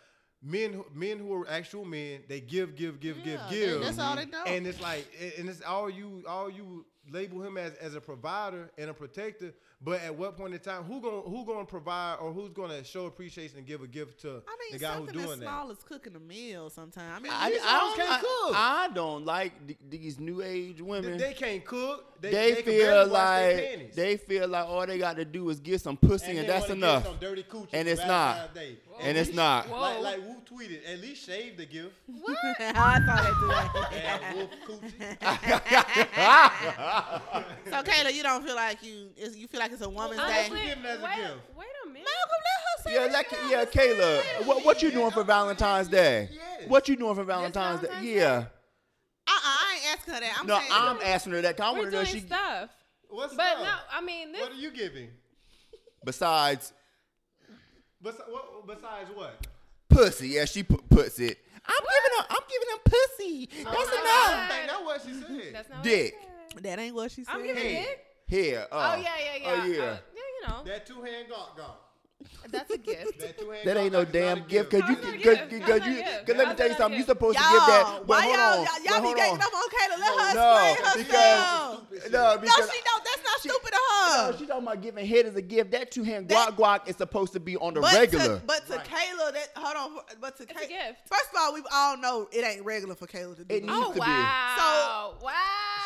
men who- men who are actual men, they give, give, give, give,
Yeah,
give.
they- that's all they know.
And it's like, and- and it's all you all you label him as as a provider and a protector. But at what point in time, who going who going to provide or who's going to show appreciation and give a gift to
I mean,
the guy who's
something as
doing that?
small as cooking a meal. Sometimes I mean,
I,
you-
I don't.
can't
I,
cook.
I don't like th- these new age
They,
women.
they can't cook. They,
they,
they can
feel
barely wash their
like
panties.
they feel like all they got to do is get some pussy and,
they
that's
wanna get
enough.
some dirty coochie
And
for
it's not.
Valentine's Day.
And it's not.
Whoa.
Like, like Woo tweeted, at least shave the gift.
I thought
And Woo coochie.
they do that. So Kayla, you don't feel like you is you feel like it's a woman's
honestly,
day.
give him as a
wait,
gift.
wait a minute.
Malcolm,
yeah,
let her say
like, yeah, Kayla, what what you doing for Valentine's Day?
Yes.
What you doing for Valentine's Day?
Valentine's Day?
Yeah.
Uh, uh I ain't asking her that. I'm
No,
saying
I'm asking her that. 'cause I want
We're
to know
doing
if she
stuff,
What's
but
up?
no, I mean this.
What are you giving?
besides
Bes- what, besides what?
pussy. Yeah, she put, puts it. I'm giving her. I'm giving him pussy.
Oh
I
That's enough.
don't- I don't think that's what she said.
That's not
Dick.
What I said.
that ain't what she said.
I'm giving
Hey.
dick.
Here.
Oh
Uh,
yeah, yeah, yeah.
Oh yeah.
Uh, yeah, you know
that two hand gawk gawk.
that's a gift.
That two hand.
that ain't no damn gift, cause you,
How's that
cause,
a
cause
gift? How's
you,
that a
cause
gift?
let me tell you something.
How's that
You're
a gift?
supposed to
y'all,
give that. But
why
hold
y'all
on.
y'all, y'all
but
be
hold on.
ganging up on Kayla? Let her
No,
explain
because
herself.
no,
No,
because
she don't. That's not
she-
stupid of her.
No, she's talking about giving head as a gift. That two hand
That-
guac guac is supposed to be on the
but
regular.
To, but to
Right.
Kayla, that hold on. But to
It's a
Kayla,
gift.
first of all, we all know it ain't regular for Kayla to do.
It needs
that.
Oh
to be.
wow! wow!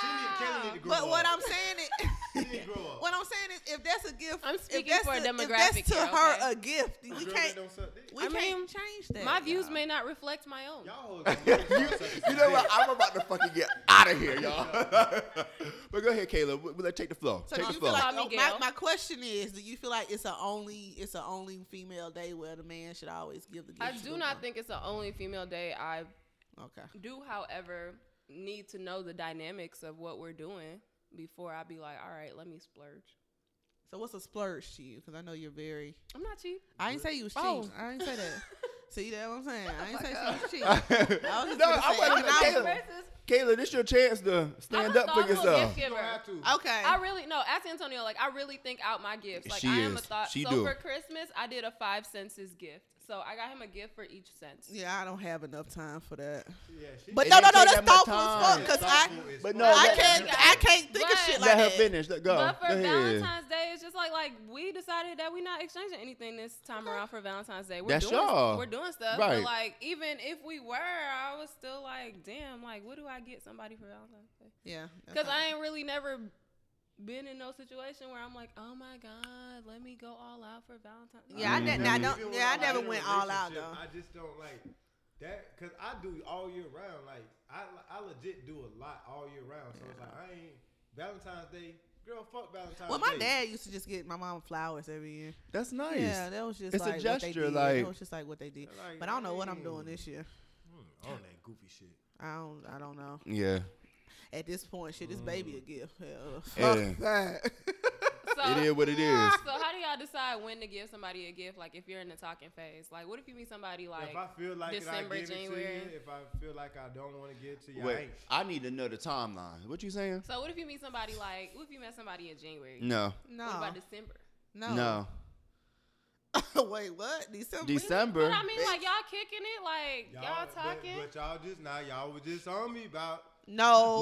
She need, Kelly need to grow
but
up.
what I'm saying is,
She need to grow up.
what I'm saying is, if that's a gift,
I'm
if
speaking
that's
for a
if
demographic
that's to
here,
her
okay?
a gift,
Girl
we
that
can't,
don't suck dick.
we
I
can't
mean,
change that.
My views
y'all.
may not reflect my own.
Y'all hoes don't suck dick.
You know what? I'm about to fucking get out of here, y'all. but go ahead, Caleb. We'll, we'll let take the flow.
So do
take
you
the
feel
flow.
like oh,
Call me
my,
Gail.
my question is, do you feel like it's a only it's a only female day where the man should always give the gift?
I
to
do
the
not
woman?
think it's the only female day. I
Okay.
do, however, need to know the dynamics of what we're doing before I be like, all right, let me splurge.
So what's a splurge to you? Because I know you're very.
I'm not cheap.
I ain't say you was cheap.
Oh.
I ain't say that. See that what I'm saying? I ain't
the
say
fuck
she was
no,
cheating. I was just gonna
I
say,
wasn't.
I was-
Kayla, Kayla, this your chance to stand up for yourself.
You don't have to.
Okay.
I really no. Ask Antonio. Like I really think out my gifts. Like
She
I am
is.
a thought.
She
so
do.
for Christmas, I did a five senses gift. So I got him a gift for each sense.
yeah, I don't have enough time for that.
Yeah, she
But
It
no, no,
didn't
no,
take
that's
that much
thoughtful as
time.
fuck. Cause I,
But no,
I
let-
can't, I can't think of
But-
shit like
Let her
that.
finish. Let go.
But for
go ahead.
Valentine's Day, it's just like like we decided that we're not exchanging anything this time around for Valentine's Day. We're
That's
doing,
y'all.
We're doing stuff,
Right.
But like even if we were, I was still like, damn, like what do I get somebody for Valentine's Day?
Yeah, that's
Because
all.
I ain't really never been in no situation where I'm like, oh my god, let me go all out for Valentine's. Day.
Yeah, I
ne-
didn't.
nah,
I
Mhm.
don't.
Even when
Yeah, I
I'm
never
in a
went all out
relationship,
though.
I just don't like that because I do all year round. Like I, I legit do a lot all year round. So it's like I ain't Valentine's Day, girl. Fuck Valentine's.
Well, my
Day.
dad used to just get my mom flowers every year.
That's nice.
Yeah, that was just
It's a
like what they
gesture,
did.
like-
that was just like what they did.
Like,
But I don't know what I'm
mm.
doing this year.
Mm, on that goofy shit.
I don't. I don't know.
Yeah.
At this point, shit, this baby a gift. Hell, fuck
Yeah.
that.
So,
It is what it is.
So how do y'all decide when to give somebody a gift? Like if you're in the talking phase, like what if you meet somebody like
if I feel like
December,
it, I give
January.
it to you. If I feel like I don't want to get to you, I
Wait,
ain't.
I need to know the timeline. What you saying?
so? What if you meet somebody like what if you met somebody in January?
No.
What
No,
about December?
no,
No.
Wait, what? December.
December.
But I mean, like y'all kicking it, like y'all,
but-
talking.
But, y'all just now, y'all was just on me about.
No,
No,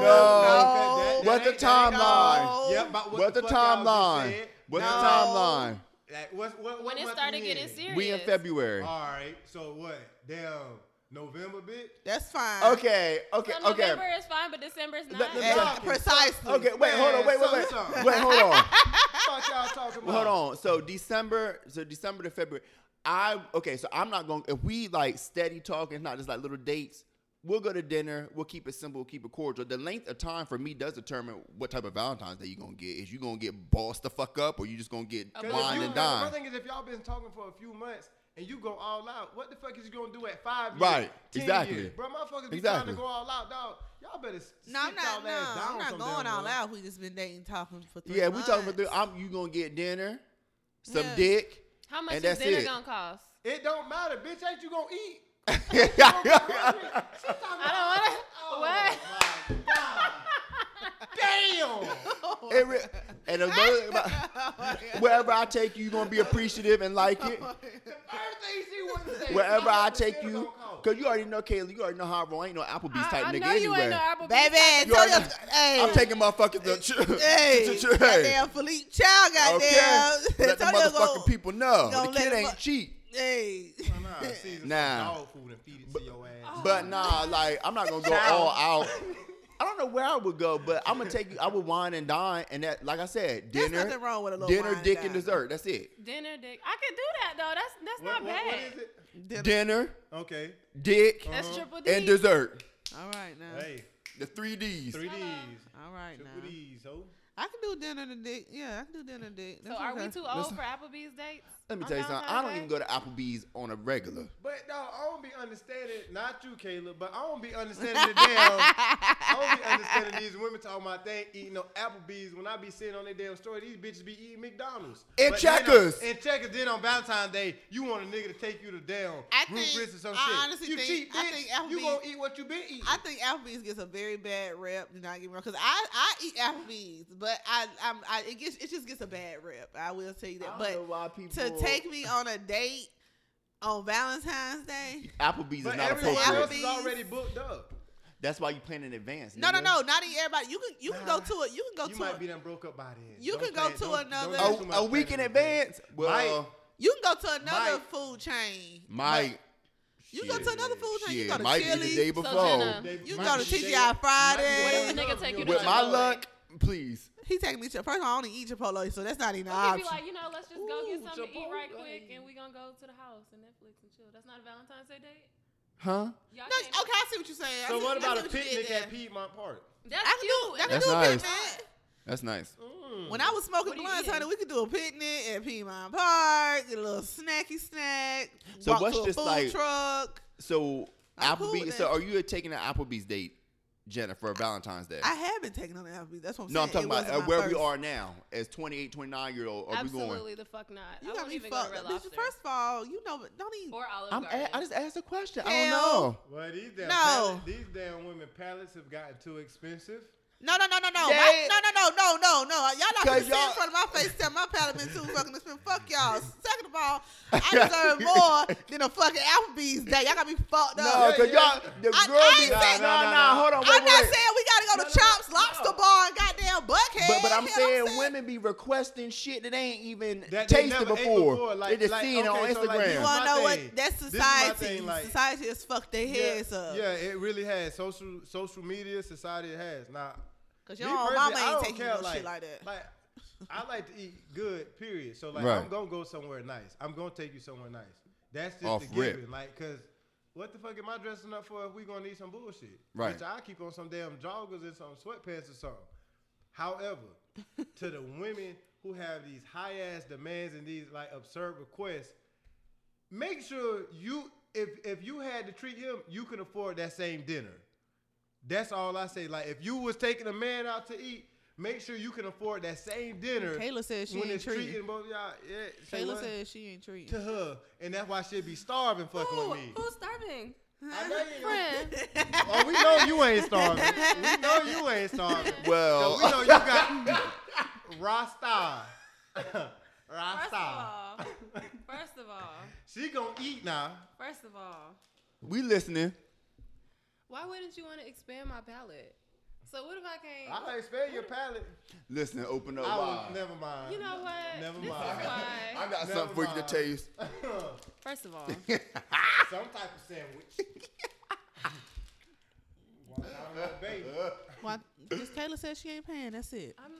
no.
no.
That-
What's the
that- that-
timeline?
No.
Yeah, about
What's Oh. the
fuck y'all just
timeline?
said.
What's
No.
the timeline?
Like, what's, what, what
When it
month
started
we
getting
in?
serious.
We in
Yes.
February.
All right, so what? Damn, November, bitch.
That's fine.
Okay, okay,
So
okay.
November is fine, but December is not.
Let- let me
Eh,
talk.
precisely.
Okay, wait, hold on, wait, wait,
Man,
wait.
something.
Wait, hold on.
Fuck y'all talking
Well,
about.
hold on. So December, so December to February. I okay. So I'm not going. to If we like steady talking, it's not just like little dates. We'll go to dinner. We'll keep it simple. Keep it cordial. The length of time for me does determine what type of Valentine's Day you gonna get. Is you gonna get bossed the fuck up, or you just gonna get
A
'Cause if
ball.
wine
you-
and
My
dine?
thing is, if y'all been talking for a few months and you go all out, what the fuck is you gonna do at five? Years,
Right,
10
exactly.
Years? Bro, motherfuckers be
Exactly.
trying to go all out, dog. Y'all better. s-
No, I'm
sit y'all
not. No,
ass down
I'm not
some
going
damn
all
way.
out. We just been dating, talking for three.
Yeah, we talking about
months.
the. I'm you gonna get dinner, some
Yeah.
dick.
How
And
much is
that's
dinner
it.
gonna cost?
It don't matter, bitch. Ain't you gonna eat?
I
Oh
don't wanna.
my god. Damn.
It re- and if those- wherever I take you, you gonna be appreciative and like it.
Everything she wanted to say.
Wherever
How
I
much
take
dinner
you,
gonna cost?
cause you already know Kayla, you already know how I roll. I ain't no Applebee's
I,
type
I
nigga
know you
anyway.
ain't no Applebee's.
Baby,
type
You
of-
tell your,
already-
hey,
I'm taking motherfuckers to
hey, goddamn Philippe Chow, goddamn.
Let the
Tell your
motherfucking
go-
people know
gonna
the kid
let
ain't
mu-
cheap.
Hey,
Nah, season
Nah.
some dog food and feed it to your
Oh,
ass.
But nah, like I'm not gonna go all out. I don't know where I would go, but I'm gonna take you. I would wine and dine, and that, like I said,
There's
dinner,
nothing wrong with a little
dinner,
wine
dick,
and
and
dine.
dessert. That's it.
Dinner, dick. I could do that though. That's that's
What-
not
what-
bad.
what is it?
Dinner,
Okay.
dick,
That's
Uh-huh.
triple D.
and dessert.
all right now,
Hey,
The three D's.
three D's.
all right
Triple
now.
D's, ho.
I can do dinner and dick. Yeah, I can do dinner and dick.
So
That's
are we
okay.
too old
Listen.
for Applebee's dates?
Let me
on
tell you something. I
Valentine's
don't even
Day?
go to Applebee's on a regular.
But dog, I don't be understanding. Not you, Caleb, but I don't be understanding the damn. I don't be understanding these women talking about they ain't eating no Applebee's when I be sitting on their damn story. These bitches be eating McDonald's
And
But then on-
Checkers.
And checkers. Then on Valentine's Day, you want a nigga to take you to damn
I
Ruth
think-
Chris or some
I
shit.
honestly
you
think-
cheap
I
bitch.
think
you
Applebee's-
gonna eat what you been eating.
I think Applebee's gets a very bad rep. Do not get me wrong, because I, I eat Applebee's, but I I'm, I it gets it just gets a bad rep. I will tell you that. But
why people
to take me on a date on Valentine's Day.
Applebee's
but
is not
everyone
appropriate.
else is
Applebee's-
already booked up.
That's why you plan in advance.
No, no,
nigga.
no, not even everybody. You can you can go
Nah.
to it. You can go
You
to
might
a,
be done broke up by then.
You
Don't
can go
plan-
to
don't- don't
another-
do too
A-
much
A, week in
planning
advance. Well,
you can go to another
Mike.
food chain.
Mike.
You go to another food chain. You
shit,
go to
Might be the
Chili's.
day
You
before.
Jenna,
They
You
might
go to
be- they-
TGI Friday.
might be
What if a nigga
going
take
up
you
your
With
to
my
Chipotle.
luck, please.
He taking me to. First of all, I only eat Chipotle, so that's not even an
Or you be
option.
like, you know, let's just go
Ooh,
get something to eat right
Chipotle.
quick, and we gonna go to the house and Netflix and chill. That's not a Valentine's Day date.
Huh?
Y'all
no,
can't-
okay, I see what you're saying. I
So
see-
what
I see
about a
what you did
picnic
there.
at Piedmont Park?
That's
I can do.
cute.
I can
That's
do a
nice.
picnic.
That's nice.
When I was smoking
What are you
blunts,
eating?
honey, we could do a picnic at Piedmont Park, get a little snacky snack,
So
walk
what's
to a
just
food
like-
truck.
So
I'm cool
Applebee's.
with
so
that.
are you taking an Applebee's date? Jenna for Valentine's Day?
I have been taking on the alphabet. That's what I'm
no, I'm
saying.
talking
It
about
wasn't
uh,
my
where we
first.
are now as 28, 29 year old. Are we going?
Absolutely the fuck not.
You
I
got
won't
me
even go to
fucked
Red
up. Bitch,
Lobster.
first of all, you know, don't even.
or Olive
I'm.
Garden.
A- I just asked a question. I don't
Hell.
know.
Well, these damn
No.
pallets- these damn women pallets have gotten too expensive.
No, no, no, no, no.
Yeah.
My, no, no, no, no, no, no. Y'all not gonna
Cause
sit in
y'all-
front of my face telling my palate been too fucking expensive. Fuck y'all. Second of all, I deserve more than a fucking Applebee's day. Y'all got me fucked
No,
up.
Oh, cause
yeah.
y'all the
I-
girl
I
be
ain't saying-
nah,
No, no,
nah,
no.
hold on, wait,
I'm not
wait.
saying we gotta go to
No, no,
Chops,
no.
Lobster Bar, and goddamn Buckhead.
But, but I'm
Hell,
saying women be requesting shit that they ain't even
That they
tasted
never ate
before.
before, like-
they just
like,
seen it on
okay, so, like,
Instagram.
You
want-
wanna
my
know
thing.
what? That's
This is my
society.
thing, like-
society has fucked their heads
yeah,
up.
yeah, it really has. Social social media society has. Now,
Cause
me
your own
personally,
mama
I
ain't
don't
taking you
care,
no shit like that.
Like, I like to eat good. Period. So like,
Right.
I'm gonna go somewhere nice. I'm gonna take you somewhere nice. That's just
Off
the
rip.
given. Like, cause what the fuck am I dressing up for if we gonna need some bullshit?
Right.
Bitch, I keep on some damn joggers and some sweatpants or something. However, to the women who have these high ass demands and these like absurd requests, make sure you if if you had to treat him, you can afford that same dinner. That's all I say. Like if you was taking a man out to eat, make sure you can afford that same dinner.
Kayla said she
when
ain't
it's
treating.
treating both y'all. Yeah, say
Kayla
what?
said she ain't treating.
to her, and that's why she be starving fucking
Ooh,
with me.
who's starving?
I know you-
Friend.
Oh, we know you ain't starving. we know you ain't starving. 'Cause we know
well,
you got Rasta.
First of
Rasta.
all, first of all,
She gonna eat now.
first of all,
we listening.
why wouldn't you want to expand my palate? So what if I can't?
I expand your palate.
Listen, open up
I
wide.
was, never mind.
you know what?
Never
this
mind.
is why.
I got
Never
something for you to
mind.
taste.
First of all,
Some type of sandwich. Wow, I don't know, baby.
Why? Because Kayla said she ain't paying. That's it.
I'm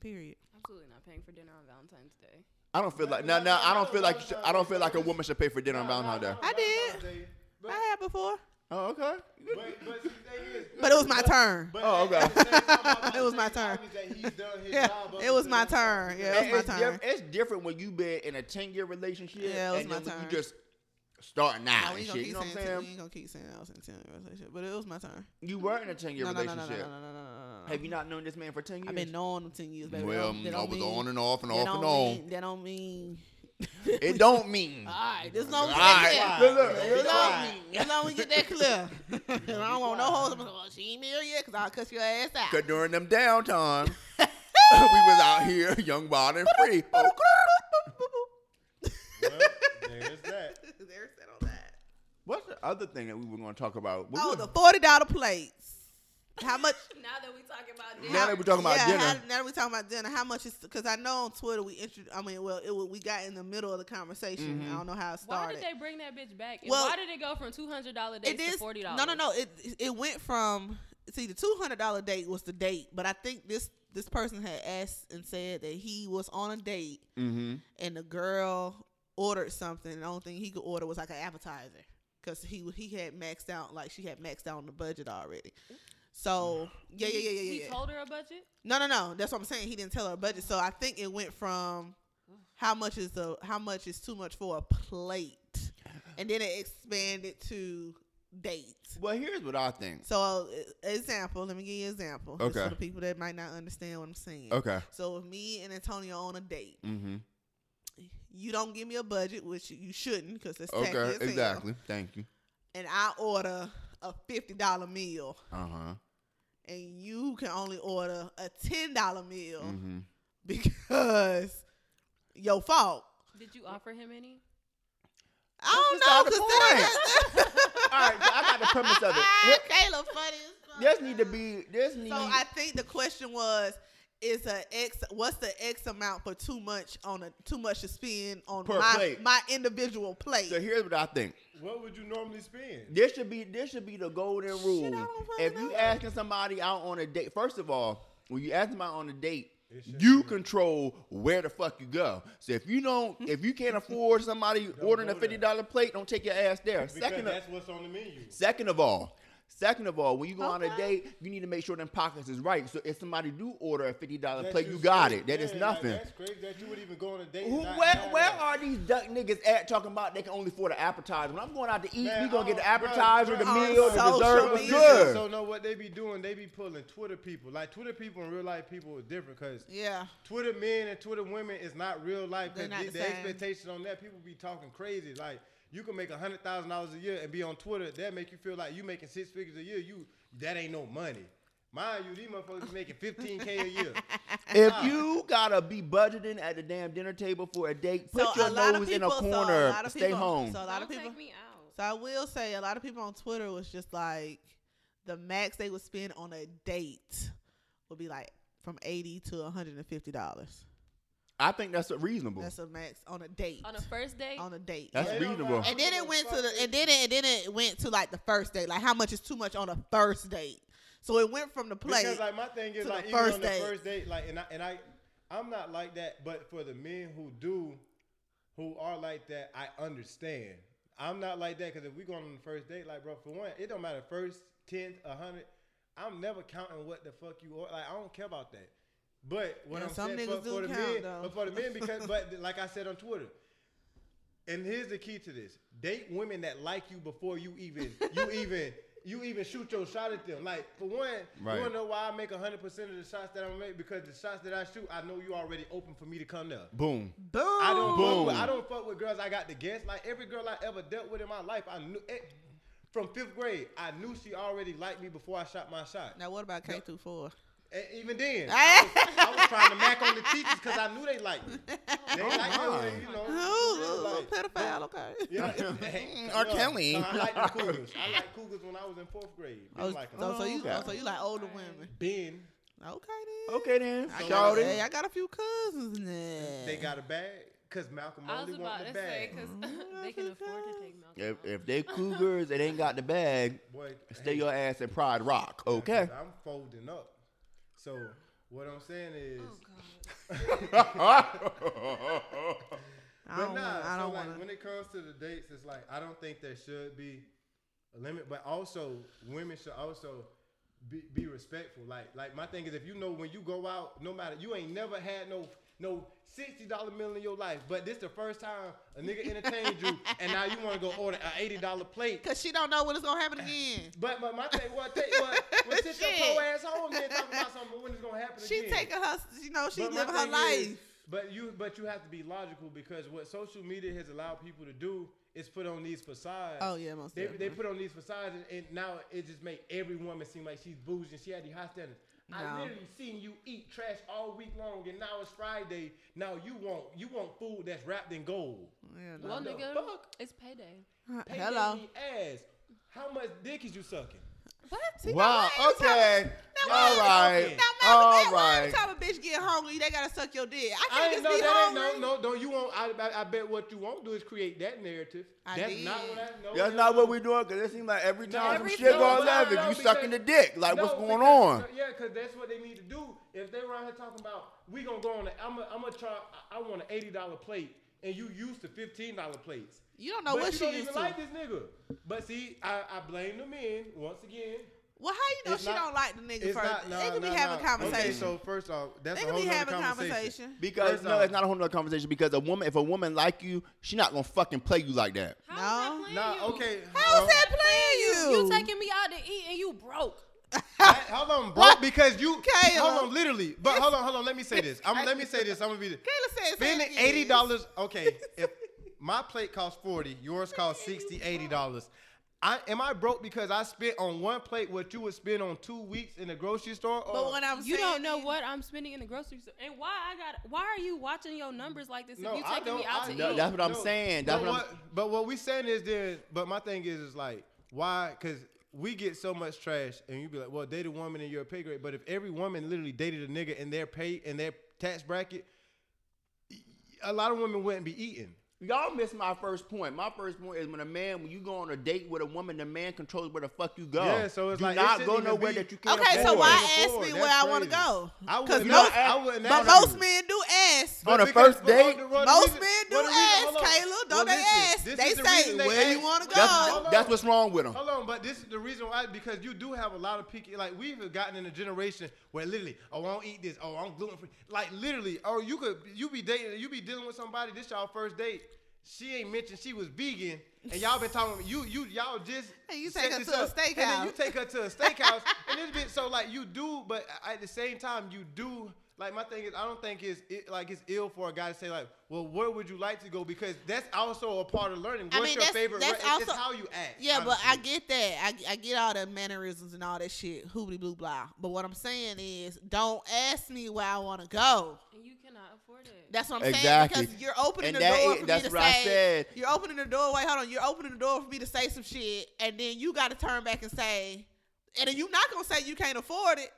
Period.
absolutely not paying for dinner on Valentine's Day.
I don't feel like
No,
now.
no,
Now I
no,
don't feel
no,
like you should- I don't feel like a
no, no.
woman should pay for dinner on
No, no,
Valentine's Day.
no,
I did.
Valentine's Day. But,
I had before,
Oh, okay.
but, but the thing is,
but it was my turn.
But
Oh,
at- at
okay.
the same time, I'm not
It was my
saying
turn.
obviously that he's done his
Yeah,
job up
it was
until
my
this point.
turn. Yeah, it was
it's,
my
diff-
turn.
it's different when you been in a ten year relationship
Yeah, it was
and
my
then
turn.
you just starting
Nah,
out and
we ain't
shit.
gonna
You
keep
know what I'm
saying-
saying?
we ain't gonna keep saying I was in a relationship, but it was my turn.
You were in a ten year
No, no, no, no, no, no,
relationship.
no, no, no, no, no.
Have you not known this man for ten years?
I've been knowing them ten years, baby.
Well,
That don't- that
I
don't
was
mean-
on and off and
that
off
don't
and on.
Mean, that don't mean.
It don't mean.
All right, this
All
long as we get
right.
that
Why?
Look, look,
Why?
look,
Why?
look.
clear. As long as we get that clear. I don't want no hoes. I'm like, well, she ain't married yet, cause I'll cuss your ass out.
Cause during them downtime, we was out here, young, wild, and free. Oh,
Well, there's that.
There's that on that.
what's the other thing that we were going to talk about? We
Oh,
were-
the forty dollar plates. How much?
Now that we talking about dinner,
Now that we're talking about
yeah,
dinner.
How, now that we're talking about dinner, how much is? Because I know on Twitter we intro. I mean, well, it was, we got in the middle of the conversation.
Mm-hmm.
I don't know how it
why
started.
did they bring that bitch back? And
Well,
why did it go from two hundred dollar dates
it
to
is
forty dollars?
no, no, no. It it went from see the two hundred dollar date was the date, but I think this this person had asked and said that he was on a date
mm-hmm.
and the girl ordered something. And the only thing he could order was like an appetizer because he he had maxed out like she had maxed out on the budget already. So yeah, yeah, yeah, yeah, yeah.
He
yeah.
told her a budget.
No, no, no. That's what I'm saying. He didn't tell her budget. So I think it went from how much is the how much is too much for a plate, and then it expanded to dates.
Well, here's what I think.
So uh, example, let me give you an example. Just
Okay.
for the people that might not understand what I'm saying.
Okay.
So if me and Antonio on a date,
Mm-hmm.
you don't give me a budget, which you shouldn't, because it's tacky as
Okay.
hell,
Exactly. Thank you.
And I order a fifty dollar meal,
Uh huh.
and you can only order a ten dollar meal
Mm-hmm.
because your fault.
Did you offer him any?
I
That's
don't know.
beside All right. So I got the premise of it.
Kayla funny. as fuck.
This need to be. This need.
So I think the question was, is a x what's the x amount for too much on a too much to spend on
Per
my
plate.
my individual plate?
so here's what I think.
What would you normally spend?
This should be this should be the golden rule.
don't fucking
if you
know.
asking somebody out on a date, first of all, when you ask somebody on a date,
It should
you
be-
control where the fuck you go. So if you don't, if you can't afford somebody ordering a
go there.
fifty dollar plate, don't take your ass there.
Because
Second, of,
that's what's on the menu.
second of all, Second of all, when you go on a
Okay.
date, you need to make sure them pockets is right. So if somebody do order a fifty dollar
That
plate, you got it. That
yeah,
is
like,
nothing.
that's crazy that you would even go on a date.
Who,
and not
where,
have
where
that.
are these duck niggas at talking about they can only afford an appetizer? When I'm going out to eat,
Man, oh,
we gonna
I
get the
don't- bruh,
appetizer, the
bruh,
on
meal, the
social
dessert.
Bro,
What's
media.
good?
So know what they be doing? They be pulling Twitter people. Like Twitter people and real life people is different because
Yeah.
Twitter men and Twitter women is not real life.
They're
'cause the,
not the
the
same.
expectations on that people be talking crazy. Like you can make a hundred thousand dollars a year and be on Twitter. That make you feel like you making six figures a year. You that ain't no money. Mind you, these motherfuckers be making fifteen k a year.
If you gotta be budgeting at the damn dinner table for a date, put
so
your
a lot
nose
of
in a
people, so a
corner.
lot of
Stay
people,
home.
So a lot of
Don't
people.
take me out.
So I will say a lot of people on Twitter was just like the max they would spend on a date would be like from eighty to one hundred and fifty dollars.
I think that's reasonable.
That's a max on a date.
On a first date,
On a date.
That's
yeah.
They don't
reasonable.
mind-
and then it went to the and then it and then it went to like the first date. Like how much is too much on a first date? So it went from the plate.
Because like my thing is
to the
like even
first
on the
date.
first date, like and I and I, I'm not like that. But for the men who do, who are like that, I understand. I'm not like that because if we going on the first date, like bro, for one, it don't matter first, tenth, a hundred. I'm never counting what the fuck you are. Like I don't care about that. But what
Yeah,
I'm
some
saying
niggas
for,
do
for the
count,
men,
though.
but for the men because but like I said on Twitter. And here's the key to this: date women that like you before you even you even you even shoot your shot at them. Like for one,
Right.
you wanna know why I make hundred percent of the shots that I make because the shots that I shoot, I know you already open for me to come there.
Boom.
Boom.
I don't fuck with,
Boom.
I don't fuck with girls I got to guess. Like every girl I ever dealt with in my life, I knew eh, from fifth grade, I knew she already liked me before I shot my shot.
Now what about K through four? Ah,
And even then, I was, I was trying to mac on the teachers because I knew they liked me. They liked me,
Oh my.
you know.
Oh,
like-
pedophile. Okay.
yeah.
R.
No,
Kelly.
no, I like the cougars. I like cougars when I was in fourth grade.
Oh,
Didn't like them.
so, so you
Okay.
so you like older women?
Ben,
Okay then.
Okay then.
I got,
Shorty.
hey, I got a few cousins now.
they got a bag because Malcolm
I
only
was
wanted
about
the
to
bag.
say because they can afford to take milk.
If, if they cougars and ain't got the bag,
Boy,
stay
hey,
your ass in Pride Rock, okay?
I'm folding up. So what I'm saying is,
Oh God.
I
but
don't
nah,
want. I
so
don't
like
want.
when it comes to the dates, it's like I don't think there should be a limit, but also women should also be, be respectful. Like like my thing is if you know when you go out, no matter you ain't never had no no sixty dollar meal in your life, but this the first time a nigga entertained you, and now you want to go order an eighty dollar plate.
Cause she don't know when it's gonna happen again.
But my, my thing, well, take what, well, sit your
Shit.
po ass home and talking about something when it's gonna happen
She
again.
taking her, you know, she
But my
living her
thing is-
life.
but you but you have to be logical because what social media has allowed people to do is put on these facades.
Oh yeah, most
They, they
definitely.
put on these facades and, and now it just make every woman seem like she's bougie and she had the high standards. I
No.
literally seen you eat trash all week long and now it's Friday. Now you want you want food that's wrapped in gold.
Yeah, no.
Well,
the
nigga,
fuck?
it's payday.
Pay
Hello.
me ass. How much dick is you sucking?
What?
wow, okay.
Now
All
why
right.
every time- Now,
All
Malcolm, why every
right.
time a bitch get hungry, they gotta suck your dick. I
I
can't
ain't
just
know
be
that ain't
hungry.
no no no. You won't. I, I, I bet what you won't do is create that narrative.
I
that's
did.
not what I know.
That's not what we're doing because it seems like Oh, every
No,
time
every
some shit
time.
goes
No,
left,
no,
you
because-
sucking the dick. Like, what's
No,
going
because-
on?
Yeah, because that's what they need to do. If they around here talking about we gonna go on, a, I'm gonna I'm gonna try. I, I want an eighty dollar plate, and you used to fifteen dollar plates.
You don't know
but
what
you
she
don't
used
even
to.
like this nigga. But see, I, I blame the men once again.
Well, how you know
It's
she
not-
don't like the nigga first? they could be having conversation.
Okay, so first off, that's
they
a
could
whole
be
nother
having
conversation.
conversation.
Because
First
no,
off-
it's not a whole nother conversation. Because a woman, if a woman like you, she not gonna fucking play you like that.
How
No.
is that playing
Nah,
you?
okay.
How's
well,
that playing you?
You taking me out to eat and you broke.
I- hold on, bro.
What?
Because you,
Kayla.
hold on, literally. But hold on, hold on. Let me say this. I'm, let me say this. I'm gonna be this.
Kayla says
Spending eighty dollars. Okay, if my plate costs forty, yours costs 60 dollars. I am I broke because I spent on one plate what you would spend on two weeks in the grocery store? Or,
But when I'm
You don't
saying
know
it-
what I'm spending in the grocery store, and why I got. Why are you watching your numbers like this?
No,
if you
I
taking me
don't-
out
I
to
know.
eat,
That's what I'm
No,
saying. That's
but,
what, I'm.
what, but what we saying is then. But my thing is is like why? Because we get so much trash, and you be like, well, date a woman in your pay grade. But if every woman literally dated a nigga in their pay in their tax bracket, a lot of women wouldn't be eating.
Y'all missed my first point. My first point is when a man, when you go on a date with a woman, the man controls where the fuck you go.
Yeah, so it's
Do
like, it
not
shouldn't
go
even
nowhere
be-
that you can't
Okay, so
afford.
afford.
why ask me
That's
where I want to
crazy.
go?
I would
'Cause
not.
most-
I would
But
not.
most men do ask.
On a
because-
first
but on
date?
the- well, the
Most
reason-
men do
well, the reason-
ask,
hold on.
Caleb. Don't
Well,
they
listen,
ask?
this
They
is the
say
reason they
where you
ask-
want to
That's,
go.
on.
that's what's wrong with him.
Hold on, but this is the reason why because you do have a lot of picky. Like we've gotten in a generation where literally, oh, I don't eat this. Oh, I'm gluten free. Like literally, oh, you could you be dating, you be dealing with somebody. This y'all first date. She ain't mentioned she was vegan, and y'all been talking. You you y'all just
And you
set
take her
this
to a
up. and then you
steakhouse.
take her to a steakhouse, and it's been so like you do, but at the same time you do. Like my thing is, I don't think it's it, like it's ill for a guy to say like, well, where would you like to go? Because that's also a part of learning. What's
I mean,
your
that's-
favorite?
that's
re- it's
also-
how you act.
Yeah, but I
honestly.
get that. I, I get all the mannerisms and all that shit, hoobly blue blah. But what I'm saying is, don't ask me where I want to go.
And you cannot afford it.
That's what I'm
Exactly.
saying because you're opening
And
the
that
door
is-
for
that's
me to
what I
say.
said.
You're opening the door. Wait, hold on. You're opening the door for me to say some shit, and then you got to turn back and say, and then you're not gonna say you can't afford it.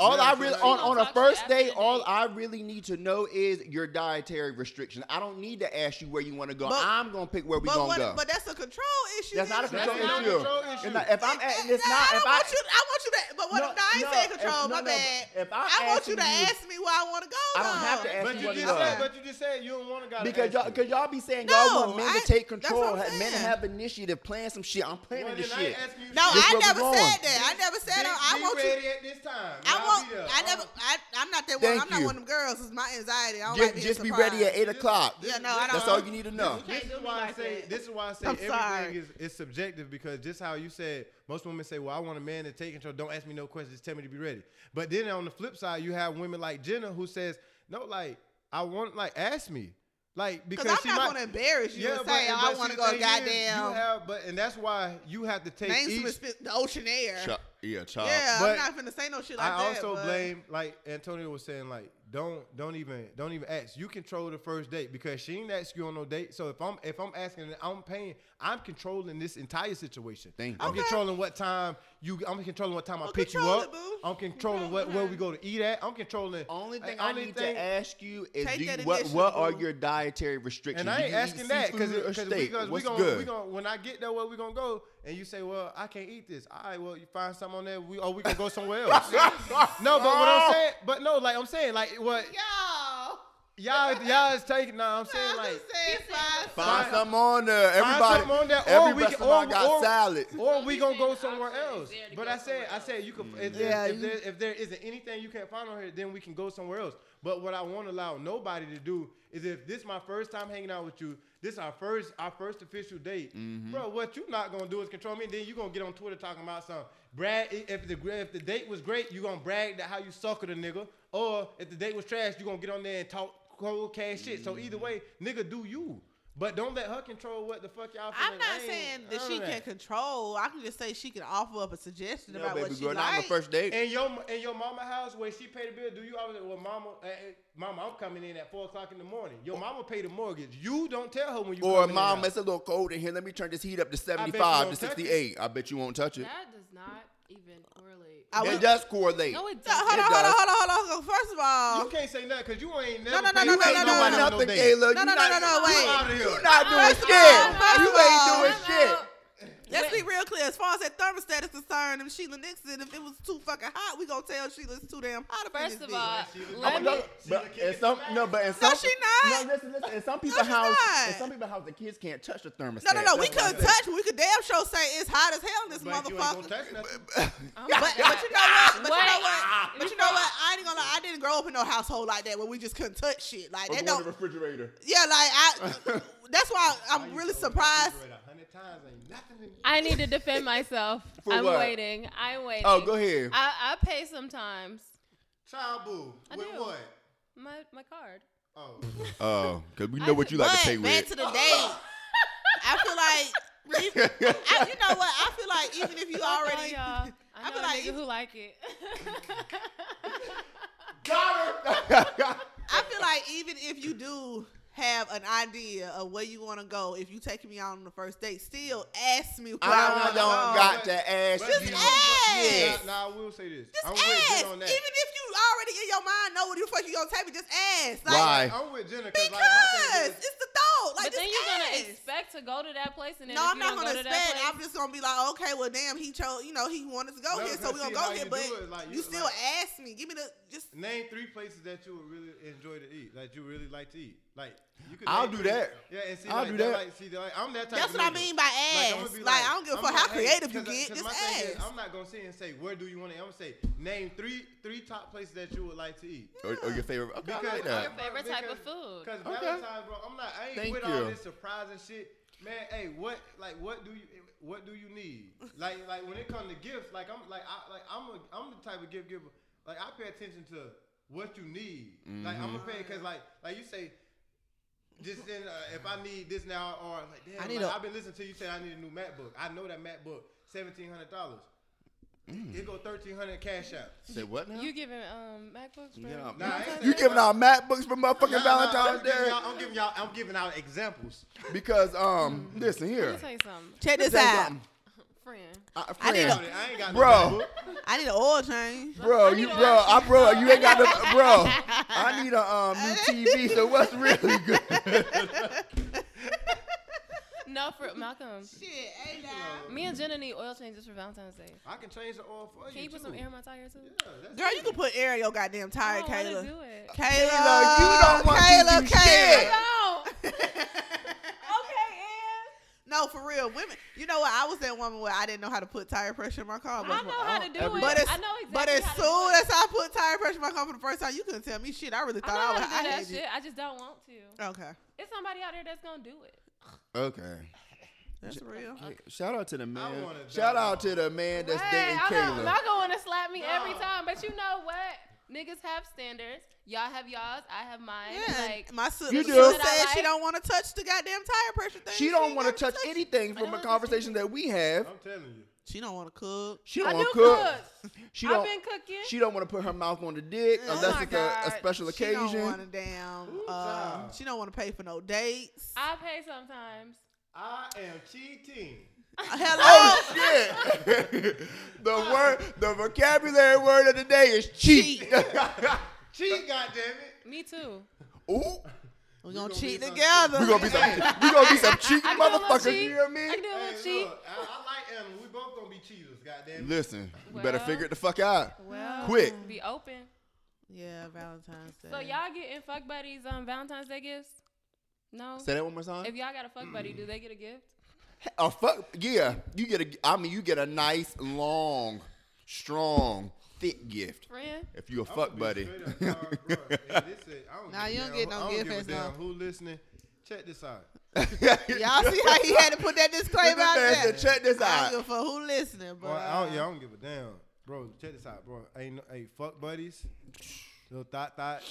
All
Yeah,
I
so
really
like-
on,
You gonna
on a
talk to
first
after
date,
the
all
date.
I really need to know is your dietary restrictions. I don't need to ask you where you want to go.
But-
I'm gonna pick where we
But
gonna
what,
go.
but that's a control issue.
that's not a
then.
control
That's not a
issue.
control
It's
issue.
not- if I'm
That-
at, it's
that-
not.
I
If I,
don't want you. I want you to. But what?
No,
No, I ain't
no,
saying
if-
control.
no,
my
no,
bad.
but if I
want
ask
you to
you-
ask me where I want to go.
I don't have to
though.
ask
But
you
you
what it
just
was.
said, but you just said you don't want a guy.
because
to
y'all,
ask
because
you.
y'all be saying
No,
y'all want men
I-
to take
that's
control,
what I'm
ha- men to
saying.
have initiative, plan some shit. I'm planning
Well,
this
then I
shit.
ain't asking you
No,
This
shit.
where
I
we
never
going.
said that. I never said
Be-
I
be
want you.
ready at this time.
I
Y'all
won't.
be there.
I never. I, I'm not that one.
Thank
I'm not
you.
one of them girls. It's my anxiety. I don't
Just,
like being
just be
surprised.
ready at eight
This-
o'clock.
this-
Yeah, no, I
this-
That's
don't-
all you need to know.
This is
can't do
why
me
I
like
say
that.
this is why I say
I'm
everything
sorry.
is is subjective because just how you said most women say, "Well, I want a man to take control. Don't ask me no questions. Just tell me to be ready." But then on the flip side, you have women like Jenna who says, "No, like I want like ask me." Like because
I'm
she
not
might,
gonna embarrass you and say, "Oh, I
see,
wanna
the
go
thing is,
goddamn-
You have, but and that's why you have to take
Names
each,
from the sp- the ocean air.
yeah, child.
Yeah,
But
I'm not finna say no shit like
I
that.
also
but-
blame like Antonio was saying like don't don't even don't even ask. You control the first date because she didn't ask you on no date. So if I'm if I'm asking, I'm paying. I'm controlling this entire situation.
Thank
I'm
you.
controlling what time you. I'm controlling what time I
Well,
pick you
control
up.
it, boo.
I'm controlling what where we go to eat at. I'm controlling.
Only thing
uh,
I
only
need
thing-
to ask you is
Take
do you,
that
what what are
initiative, boo.
your dietary restrictions?
And I
Do
ain't
you eat
asking that because
seafood or
we
steak?
gonna, we
What's
gonna,
good?
we gonna, when I get there, where we gonna go? And you say, well, I can't eat this. All right, well, you find something on there. We or we gonna go somewhere else. no, but what I'm saying, but no, like I'm saying, like what
Y'all.
y'all y'all is taking. Nah, I'm saying
I
like
just said five.
Find
Find-
something on there. Everybody,
something on there, or
every
we can-
restaurant
or-
got
or-
salad.
or we
he's
gonna go
saying the
somewhere
option is
else.
there to
But
go
I said,
somewhere
I
else.
said you can. If,
Mm. Yeah,
there's, if,
you-
there, if there isn't anything you can't find on here, then we can go somewhere else. But what I won't allow nobody to do is if this my first time hanging out with you, this our first our first official date,
Mm-hmm.
bro. What you not gonna do is control me. And then you gonna get on Twitter talking about something. Brad, i- if the gra- if the date was great, you gonna brag that how you suckered a nigga. Or if the date was trash, you gonna get on there and talk cold cash shit. So
Mm.
either way, nigga, do you. But don't let her control what the fuck y'all.
I'm
feeling.
not
I ain't-
saying that
none
she
of
can control. I can just say she can offer up a suggestion
No,
about
baby
what she
girl, not on the
like.
first date.
In your in your mama house where she pay the bill, do you always well mama eh, eh, mama I'm coming in at four o'clock in the morning. Your mama pay the mortgage. You don't tell her when you
Or
coming
mom,
in
it's a little cold in here. Let me turn this heat up to
you
75 to
won't touch it.
68. I bet you won't touch it.
That does not even correlate.
I
It
would-
does correlate.
no, it
No,
doesn't.
hold on,
It
hold on,
does.
hold on, hold on. First of all,
You can't say nothing because you ain't never.
no,
paid-
no,
You
no,
ain't
no,
doing
no,
nothing,
date.
Kayla.
No,
You
no,
not-
no, no,
you
wait.
out of here. You not doing
First
shit.
of all, first
You
of all-
ain't doing shit.
Hello.
Let's be real clear. As far as that thermostat is concerned, if Sheila Nixon, if it was too fucking hot, we gonna tell Sheila it's too damn hot. up in
First
this
of
bitch.
all,
I'm
let me,
another- but in some no, but in some
she not.
No, listen, listen. In some people
she's
house,
not.
in some people house, the kids can't touch the thermostat.
no, no, no, we
That's what
couldn't touch. We could damn sure say it's hot as hell in this
But you ain't gonna
motherfucker.
touch nothing.
Oh
But,
my
but you know what?
God.
But you know
Wait.
what? But you know what? I ain't gonna lie. I didn't grow up in no household like that where we just couldn't touch shit. Like
I'm saying.
that
Or go in
don't.
the refrigerator.
Yeah, like I. That's why I'm really surprised.
hundred times ain't nothing. in-
I need to defend myself.
For
I'm
what?
waiting. I'm waiting.
Oh, go ahead.
I, I pay sometimes.
Child boo.
I
With
do.
what?
My my card.
Oh,
Oh, because we
know what you
But back to the date, I feel like. even- I, you know what? I feel like even if you already,
I, y'all.
I
I
feel
know
like
a nigga
if-
who like it.
I feel like even if you do have an idea of where you want to go, if you take me out on the first date, still ask me where I,
I don't
want to go.
got to ask.
But
Just
you know-
ask.
Nah, nah, I will say this.
Just
I'm with
ask.
Jen on
Even
that.
if you already in your mind know what the fuck you gonna take me, just ask. Like,
Why?
I'm with Jenna
Because
like my thing is,
it's the thought. Like
but
just
then you're
ask.
gonna expect to go to that place, and then
No,
if
I'm
you
not
don't
gonna
go to
expect.
that
I'm
place,
just gonna be like, okay, well, damn, he chose. You know, he wanted to go
No,
here, so
because
we gonna
see,
go
how
here.
you
But
do it, like,
you,
you-
still
like-
ask me. Give me the just.
Name three places that you would really enjoy to eat, like you really like to eat. Like you could.
I'll
name
do
three-
that.
Yeah, and see,
I'll
like,
do
that.
that.
Like, see, like, I'm that type.
That's
of
what I
nigga.
mean by ass.
I'ma
Like,
be
I don't give a
I'm
fuck
like,
how
hey,
creative you
'cause I-
get.
'cause my
Just ask.
thing is, I'm not gonna sit and say where do you want to. I'm gonna say name three three top places that you would like to eat.
Or, or your favorite? Okay, I like
Because
that.
Your favorite type of food.
Because
Okay.
Valentine's, bro, I'm not. I ain't
Thank
with
you.
all this surprising shit, man. Hey, what like what do you what do you need? Like like when it comes to gifts, like I'm like I like I'm a I'm the type of gift giver. Like I pay attention to what you need. Like
Mm-hmm.
I'm gonna pay because like like you say. Just then, uh, if I need this now, or like damn,
I
I
need
like,
a-
I've been listening to you say I need a new MacBook. I know that MacBook seventeen hundred dollars.
Mm.
It go thirteen hundred cash out.
Say what now?
you giving um MacBooks? for-
Yeah,
Nah, I ain't
you
saying
giving out
that.
MacBooks for motherfucking
Nah, nah,
Valentine's
I'm giving
Day
y'all- I'm giving y'all. I'm giving out examples.
because um, listen
Let
here.
me tell you something,
Check this
Say
out.
something.
friend.
Uh,
I need
friend.
a-
I ain't got no
Bro.
MacBook.
I need an oil change.
Bro,
I
you
need
bro,
a-
I bro, you ain't got no bro. I need a um new TV. So what's really good?
No, for Malcolm.
Shit, ain't that?
Me and Jenna need oil changes for Valentine's Day.
I can change the oil for you.
Can you put some
too.
air in my tire too?
Yeah, that's
Girl, you can put air in your goddamn
I
tire,
don't wanna
Kayla.
do it.
Kayla,
Kayla, you don't want to
Kayla,
do
Kayla.
No. okay, Ann.
No, for real, women. You know what? I was that woman where I didn't know how to put tire pressure in my car. But
I know how to do it.
But as,
I know exactly
but as
how to do
soon
it.
as I put tire pressure in my car for the first time, you couldn't tell me shit. I really
I
thought I, was.
know how to do
I
that
hated
shit.
it.
I just don't want to.
Okay,
It's somebody out there that's gonna do it.
Okay.
that's real.
Shout out to the man.
wanna die.
Shout out to the man that's
Hey,
dating
I know
Kayla.
Malcolm wanna slap me every
No.
time, but you know what? Niggas have standards. Y'all have y'alls. I have mine.
Yeah, and
Like
my sister
You
said
do.
she
Like-
don't want to touch the goddamn tire pressure thing.
She don't
ain't
want to
gotta
touch
it.
anything
I
from a
know it's the
conversation that we have.
I'm telling you.
She don't want to cook.
She
I
don't want
do
to cook. She
I've
don't.
been cooking.
She don't want to put her mouth on the dick
Oh
unless
my
it's a, a
God.
special
She
occasion.
don't want to damn.
Ooh,
Uh,
child.
she don't want to pay for no dates.
I pay sometimes.
I am cheating.
Hello,
Oh shit! the word, the vocabulary word of the day is cheat.
Cheat, goddammit.
Me too.
Ooh,
we're
You
gonna
gonna
cheat
be some-
together.
we gonna be some, we gonna be some cheating
I do a little
motherfuckers.
cheat.
You hear
I
me?
do a
Hey,
little cheat.
look, I, I like Emma. We both gonna be cheaters, goddammit.
Listen, you better
Well.
figure it the fuck out.
Well,
Quick.
Be open.
yeah, Valentine's Day.
So y'all getting fuck buddies on Valentine's Day gifts? No.
Say that one more time.
If y'all got a fuck buddy, do they get a gift?
A fuck yeah, you get a. I mean, you get a nice, long, strong, thick gift
Friend?
if you a
I'm
fuck
gonna be
buddy.
straight up, dog, bro. Hey, this is- I don't
Nah,
give
you
a
don't
damn
get
who-
no
I don't give a
gift,
damn
Esma.
who listening. Check this out.
Y'all see how he had to put that disclaimer out
man said,
there?
"Check this
I
out."
don't give a fuck who listening,
Boy,
but uh,
I don't, yeah, I don't give a damn, bro. Check this out, bro. Ain't no, hey, fuck buddies, little thought thought,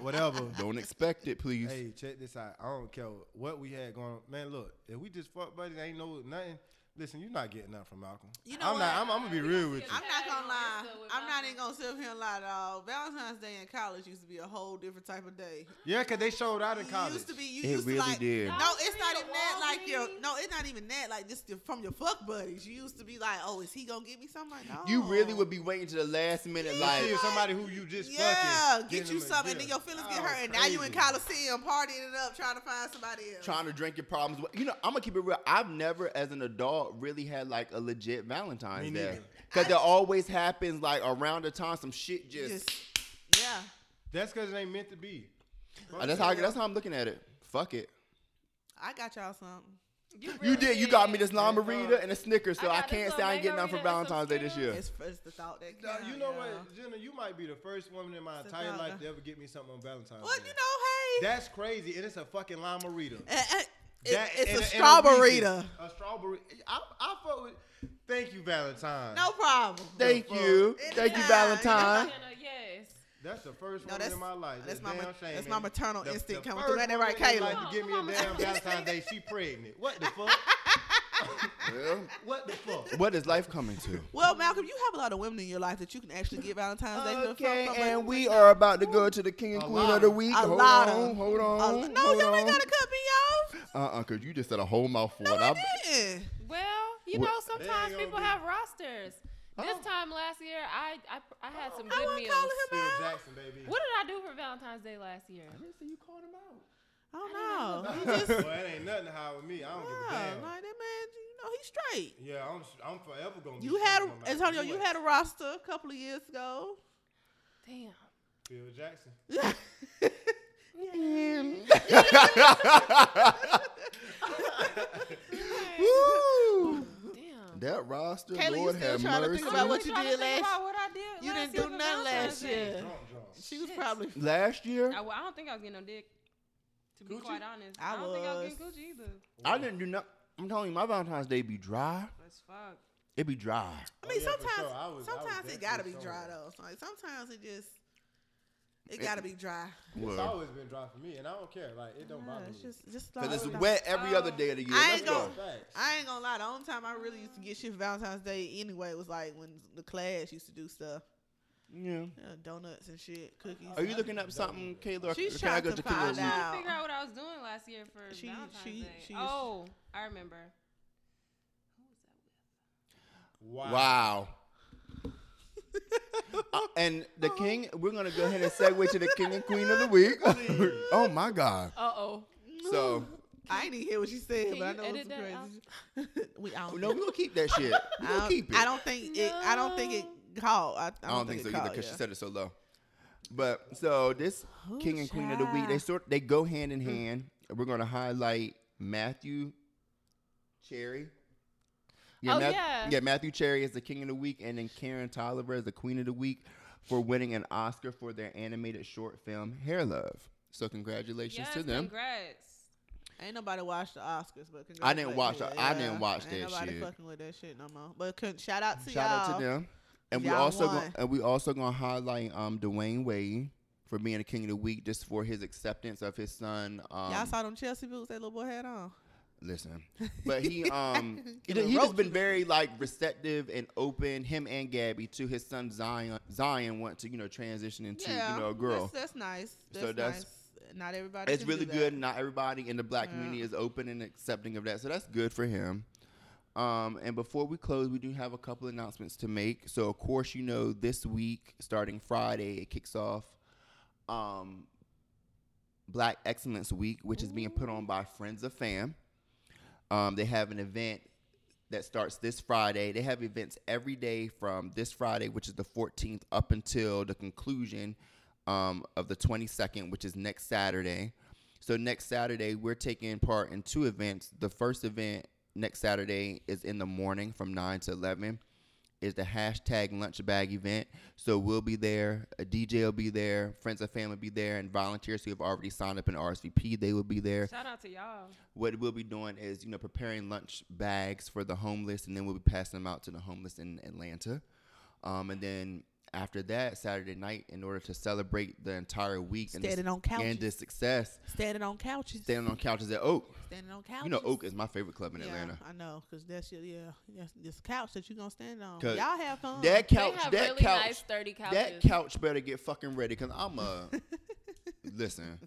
whatever.
Don't expect it, please.
Hey, check this out. I don't care what we had going on. Man, look, if we just fuck buddies, ain't no nothing. Listen, you're not getting nothing from Malcolm.
You know
I'm not.
what?
I'm, I'm gonna be real with you.
I'm not gonna lie.
Yeah, I know. It's still with
I'm not
mine.
even gonna sit up here and lie at all. Valentine's Day in college used to be a whole different type of day.
Yeah, cause they showed out in
You
college.
used to be. You
It
used
really
to like.
did.
No, it's not even that. Like your. No, it's not even that. Like just the- from your fuck buddies. You used to be like, oh, is he gonna give me something? Like, no.
You really would be waiting to the last minute,
You see
like
somebody who you just
Yeah,
fucking.
get
getting
you
them a
something, and then
gift.
your feelings get
Oh,
hurt, and now you in
crazy.
Coliseum partying it up, trying to find somebody else.
trying to drink your problems. away. You know, I'm gonna keep it real. I've never, as an adult, really had like a legit Valentine's
Me
Day
neither.
because it always happens like around the time some shit just.
Just, yeah.
That's cause it ain't meant to be.
Uh, that's how I- that's how I'm looking at it. Fuck it.
I got y'all something.
You
really
did. You got me this lime
Thank
margarita
God.
and a Snickers, so
I
I,
got this
can't say
little
I ain't getting nothing for
margarita and some
Valentine's Day this year.
Skittles.
It's, it's the thought that.
Now,
counts,
you know
y'all.
what, Jenna? You might be the first woman in my
Sit
entire
down.
life to ever get me something on Valentine's
Well,
Day.
you know, hey.
That's crazy, and it's a fucking limarita.
Eh, eh, it-
That-
it's
and
a
and
strawberry.
reason. A strawberry. I, I fuck with. Thank you, Valentine.
No problem.
Thank
fuck.
you, thank you,
Anytime.
Valentine.
Jenna, yes.
That's the first
No,
one
that's-
in my life.
that's
It's
my ma-
damn shame.
that's my
And
maternal instinct coming
first
through. Ain't that
woman
right,
in
Kayla?
life to give me a
Come on,
damn
mama.
Valentine's Day. She pregnant. What the fuck?
Well,
What the fuck?
what is life coming to?
Well, Malcolm, you have a lot of women in your life that you can actually get Valentine's Day from-
Okay,
from, but-
and we are about to go to the king and
A
queen
lot
of the
of-
week.
a
hold
lot
on,
of
hold
a-
on.
no,
hold
y'all
on.
ain't gotta cut me off.
Uh-uh, cause you just said a whole mouthful.
No,
and
I
I-
didn't.
Well, you
What-
know,
They
sometimes
ain't gonna
people
be-
have rosters. This
Oh.
time last year, I I, Oh. I had some
I
good
wasn't
meals.
calling him
Phil
out.
Jackson, baby.
What did I do for Valentine's Day last year?
Listen, you called him out.
I don't
I
know.
didn't
Oh, He just,
well, it ain't nothing high with me. I
yeah,
don't give a damn.
like that man, you know, he's straight.
yeah, I'm I'm forever gonna. be
You had
straight no matter
Antonio.
who
You
it-
had a roster a couple of years ago.
Damn.
Phil Jackson.
Woo!
Damn.
That roster,
Kayla, you
Lord
still
have
trying to
mercy.
think about
I'm
what
really
you
trying to
did
think
last-
about what I did
you
last
didn't do
year for
nothing
Valentine's
last
Day.
year.
Drunk, drunk.
She was
Shit.
probably
Last year,
I, well, I don't think I was getting no dick. To be
Coochie?
quite honest,
I
I, don't think I was
was.
getting coochie either.
I didn't do nothing. I'm telling you, my Valentine's Day be dry.
That's fuck.
It be dry.
I
Oh,
mean,
yeah, for
sometimes
sure. I was- I was
sometimes it gotta be
definitely
dry
somewhere.
though. So, Like sometimes it just it gotta be dry.
It's
Well,
always been dry for me, and I don't care. Like it don't
Nah,
bother me.
it's just just like
Cause it's
nah.
wet every other day of the year.
I
Let's
ain't
go.
gonna-
Facts.
I ain't gonna lie. The only time I really used to get shit for Valentine's Day anyway was like when the class used to do stuff,
Yeah.
Yeah, donuts and shit, cookies.
Are you looking up something, Kayla? or
She's
can I
trying
go
to
Kayla's
find
list?
out.
I
Ow.
figure out what I was doing last year for
She-
Valentine's
she-
Day.
she used-
oh, I remember. Who was that with?
Wow.
Wow. Uh, and the
Uh-huh.
king, we're gonna go ahead and segue to the king and queen of the week. oh my god!
Uh oh.
So
I didn't hear what she said,
Can
but I
you
know it
edit that out?
was crazy. we I don't
no, we gonna keep that shit. We
I
gonna
don't,
keep it.
I don't think it. I don't think it called. I, I,
I don't think so
it
either
called,
because
yeah.
she said it so low. But so this
Ooh,
king and queen of the week, they
child. Hmm.
sort they go hand in hand. We're gonna highlight Matthew Cherry.
Oh,
Math-
yeah.
Matthew Cherry is the king of the week, and then Karen Tolliver is the queen of the week for winning an Oscar for their animated short film Hair Love. So congratulations
Yes,
to them.
congrats.
Ain't nobody watched the Oscars, but
I didn't watch
congratulations.
the- I didn't watch
Ain't
that
nobody
shit.
fucking with that shit no more. But con- shout out to
Shout
y'all.
out to them. And we
Y'all
also
won.
gonna, and we also gonna highlight um Dwayne Wade for being the king of the week just for his acceptance of his son. Um,
y'all saw them Chelsea boots that little boy had on.
Listen, but he um he,
Killer
he just
roach.
been very like receptive and open. Him and Gabby to his son Zion. Zion want to you know transition into you know a girl.
That's, that's nice. That's
So that's-
nice. Not everybody.
It's
can do
really
that.
good. Not everybody in the black
Yeah.
community is open and accepting of that, so that's good for him. Um, and before we close, we do have a couple announcements to make. So of course, you know this week, starting Friday, it kicks off um, Black Excellence Week, which is being put on by Friends of Fam. Um, they have an event that starts this Friday. They have events every day from this Friday, which is the 14th, up until the conclusion um, of the 22nd, which is next Saturday. So next Saturday, we're taking part in two events. The first event next Saturday is in the morning from 9 to 11 is the hashtag lunch bag event. So we'll be there. A DJ will be there. Friends and family will be there. And volunteers who have already signed up in RSVP, they will be there
Shout out to y'all.
what we'll be doing is you know preparing lunch bags for the homeless and then we'll be passing them out to the homeless in atlanta um, and then after that saturday night in order to celebrate the entire week and the,
Standing on couches.
and the success
Standing on couches.
standing on couches at oak
Standing on couches.
you know oak is my favorite club in
yeah, Uh-huh.
atlanta
I know, cause that's your yeah, that's this couch that you gonna stand on.
'Cause
Y'all have fun.
that
They
couch
have
that
really
couch
nice thirty couches.
that couch better get fucking ready because i'm a listen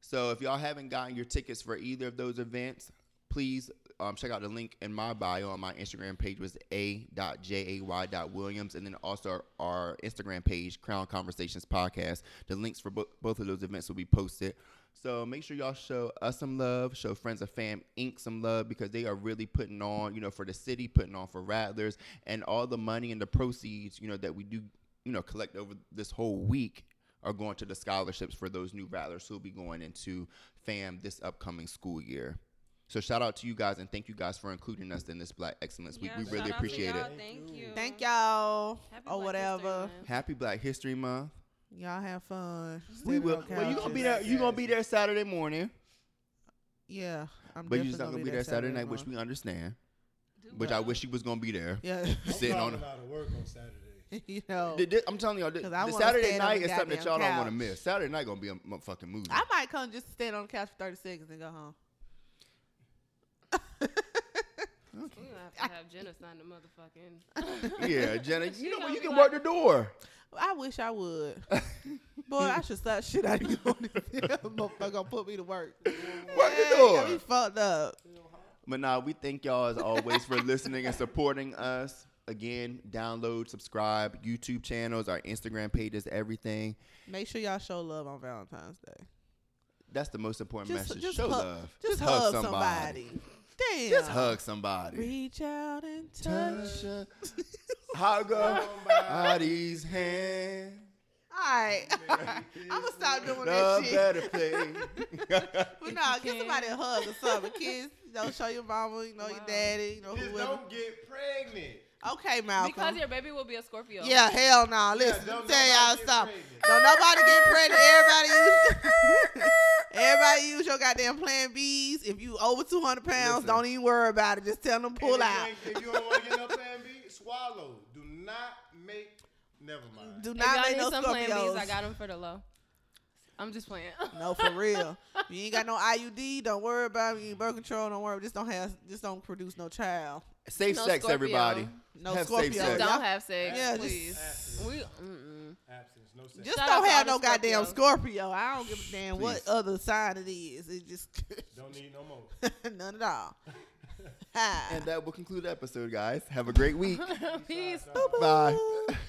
so if y'all haven't gotten your tickets for either of those events please um, check out the link in my bio on my instagram page was a.jay.williams and then also our, our instagram page crown conversations podcast the links for bo- both of those events will be posted so make sure y'all show us some love show friends of fam inc some love because they are really putting on you know for the city putting on for rattlers and all the money and the proceeds you know that we do you know collect over this whole week are going to the scholarships for those new rattlers who'll be going into fam this upcoming school year so shout out to you guys and thank you guys for including us in this black excellence week
Yeah,
we
shout
really
out to
appreciate
y'all.
it
Thank you.
Thank y'all
Happy
or
Black
whatever.
History Month.
happy black history month
Y'all have fun.
we
Standing
will
on
well you gonna be
couches.
there you gonna be there saturday morning
Yeah, I'm
but you're
definitely
just not gonna be there saturday night which
morning.
we understand
Do
which i
well.
wish you was gonna be there
Yeah,
sitting
I'm
on
probably
a-
out of work on Saturday.
you know,
Th- th- i'm telling y'all th-
'Cause I
the
wanna
saturday
stand on
night
the
is something that y'all
goddamn
don't want to
couch.
miss saturday night gonna be a m- fucking movie
I might come just stand on the couch for 30 seconds and go home.
We gonna have to have Jenna sign the motherfucking.
yeah jenna you know
gonna
what you
be
can
like-
work the door
I wish I would. Boy, I should slap shit out of you on this motherfucker gonna put me to work. Work
work the
Got me
door
fucked up.
But nah, we thank y'all as always for listening and supporting us. Again, download, subscribe, YouTube channels, our Instagram pages, everything.
Make sure y'all show love on Valentine's Day.
That's the most important
Just,
message.
just,
Show
hug,
love.
just, hug somebody. Damn.
Just hug somebody.
Reach out and touch.
Touch a- hug
Oh
somebody's hand.
All right. I'm going to stop doing that
Love
shit.
better play.
But no,
you
give
can.
somebody a hug or something. Kiss. Don't show your mama, you know, your
Wow.
daddy, you know,
Just
whoever.
don't get pregnant.
Okay, Malcolm.
Because your baby will be a Scorpio.
yeah, hell no. Listen,
don't
let me tell y'all
nobody get
something.
pregnant.
Don't nobody get pregnant. Everybody use everybody use your goddamn plan Bs. If you over two hundred pounds,
Listen.
don't even worry about it. Just tell them to pull
And if
out.
you ain't- If you don't want to get no plan B, swallow. Do not make. Never mind.
Do
If
not
y'all
make
need
no
some plan Bs,
Scorpios.
I got them for the low. I'm just playing.
No, for real. you ain't got no IUD. Don't worry about it. You ain't birth control. Don't worry. Just don't have. Just don't produce no child.
Safe
No
sex,
Scorpio.
everybody.
No
Have safe
Scorpio.
sex.
Just
Y'all-
don't have sex,
Yeah,
please.
just.
We, mm-mm.
Absence. No sex.
Just
Shout out
don't
to
have no
all the
goddamn
Scorpios.
Scorpio. I don't give a damn what
Please.
other sign it is. It just
Don't need no more.
none at all. Ha.
And that will conclude the episode, guys. Have a great week.
Peace.
Bye.
Boo.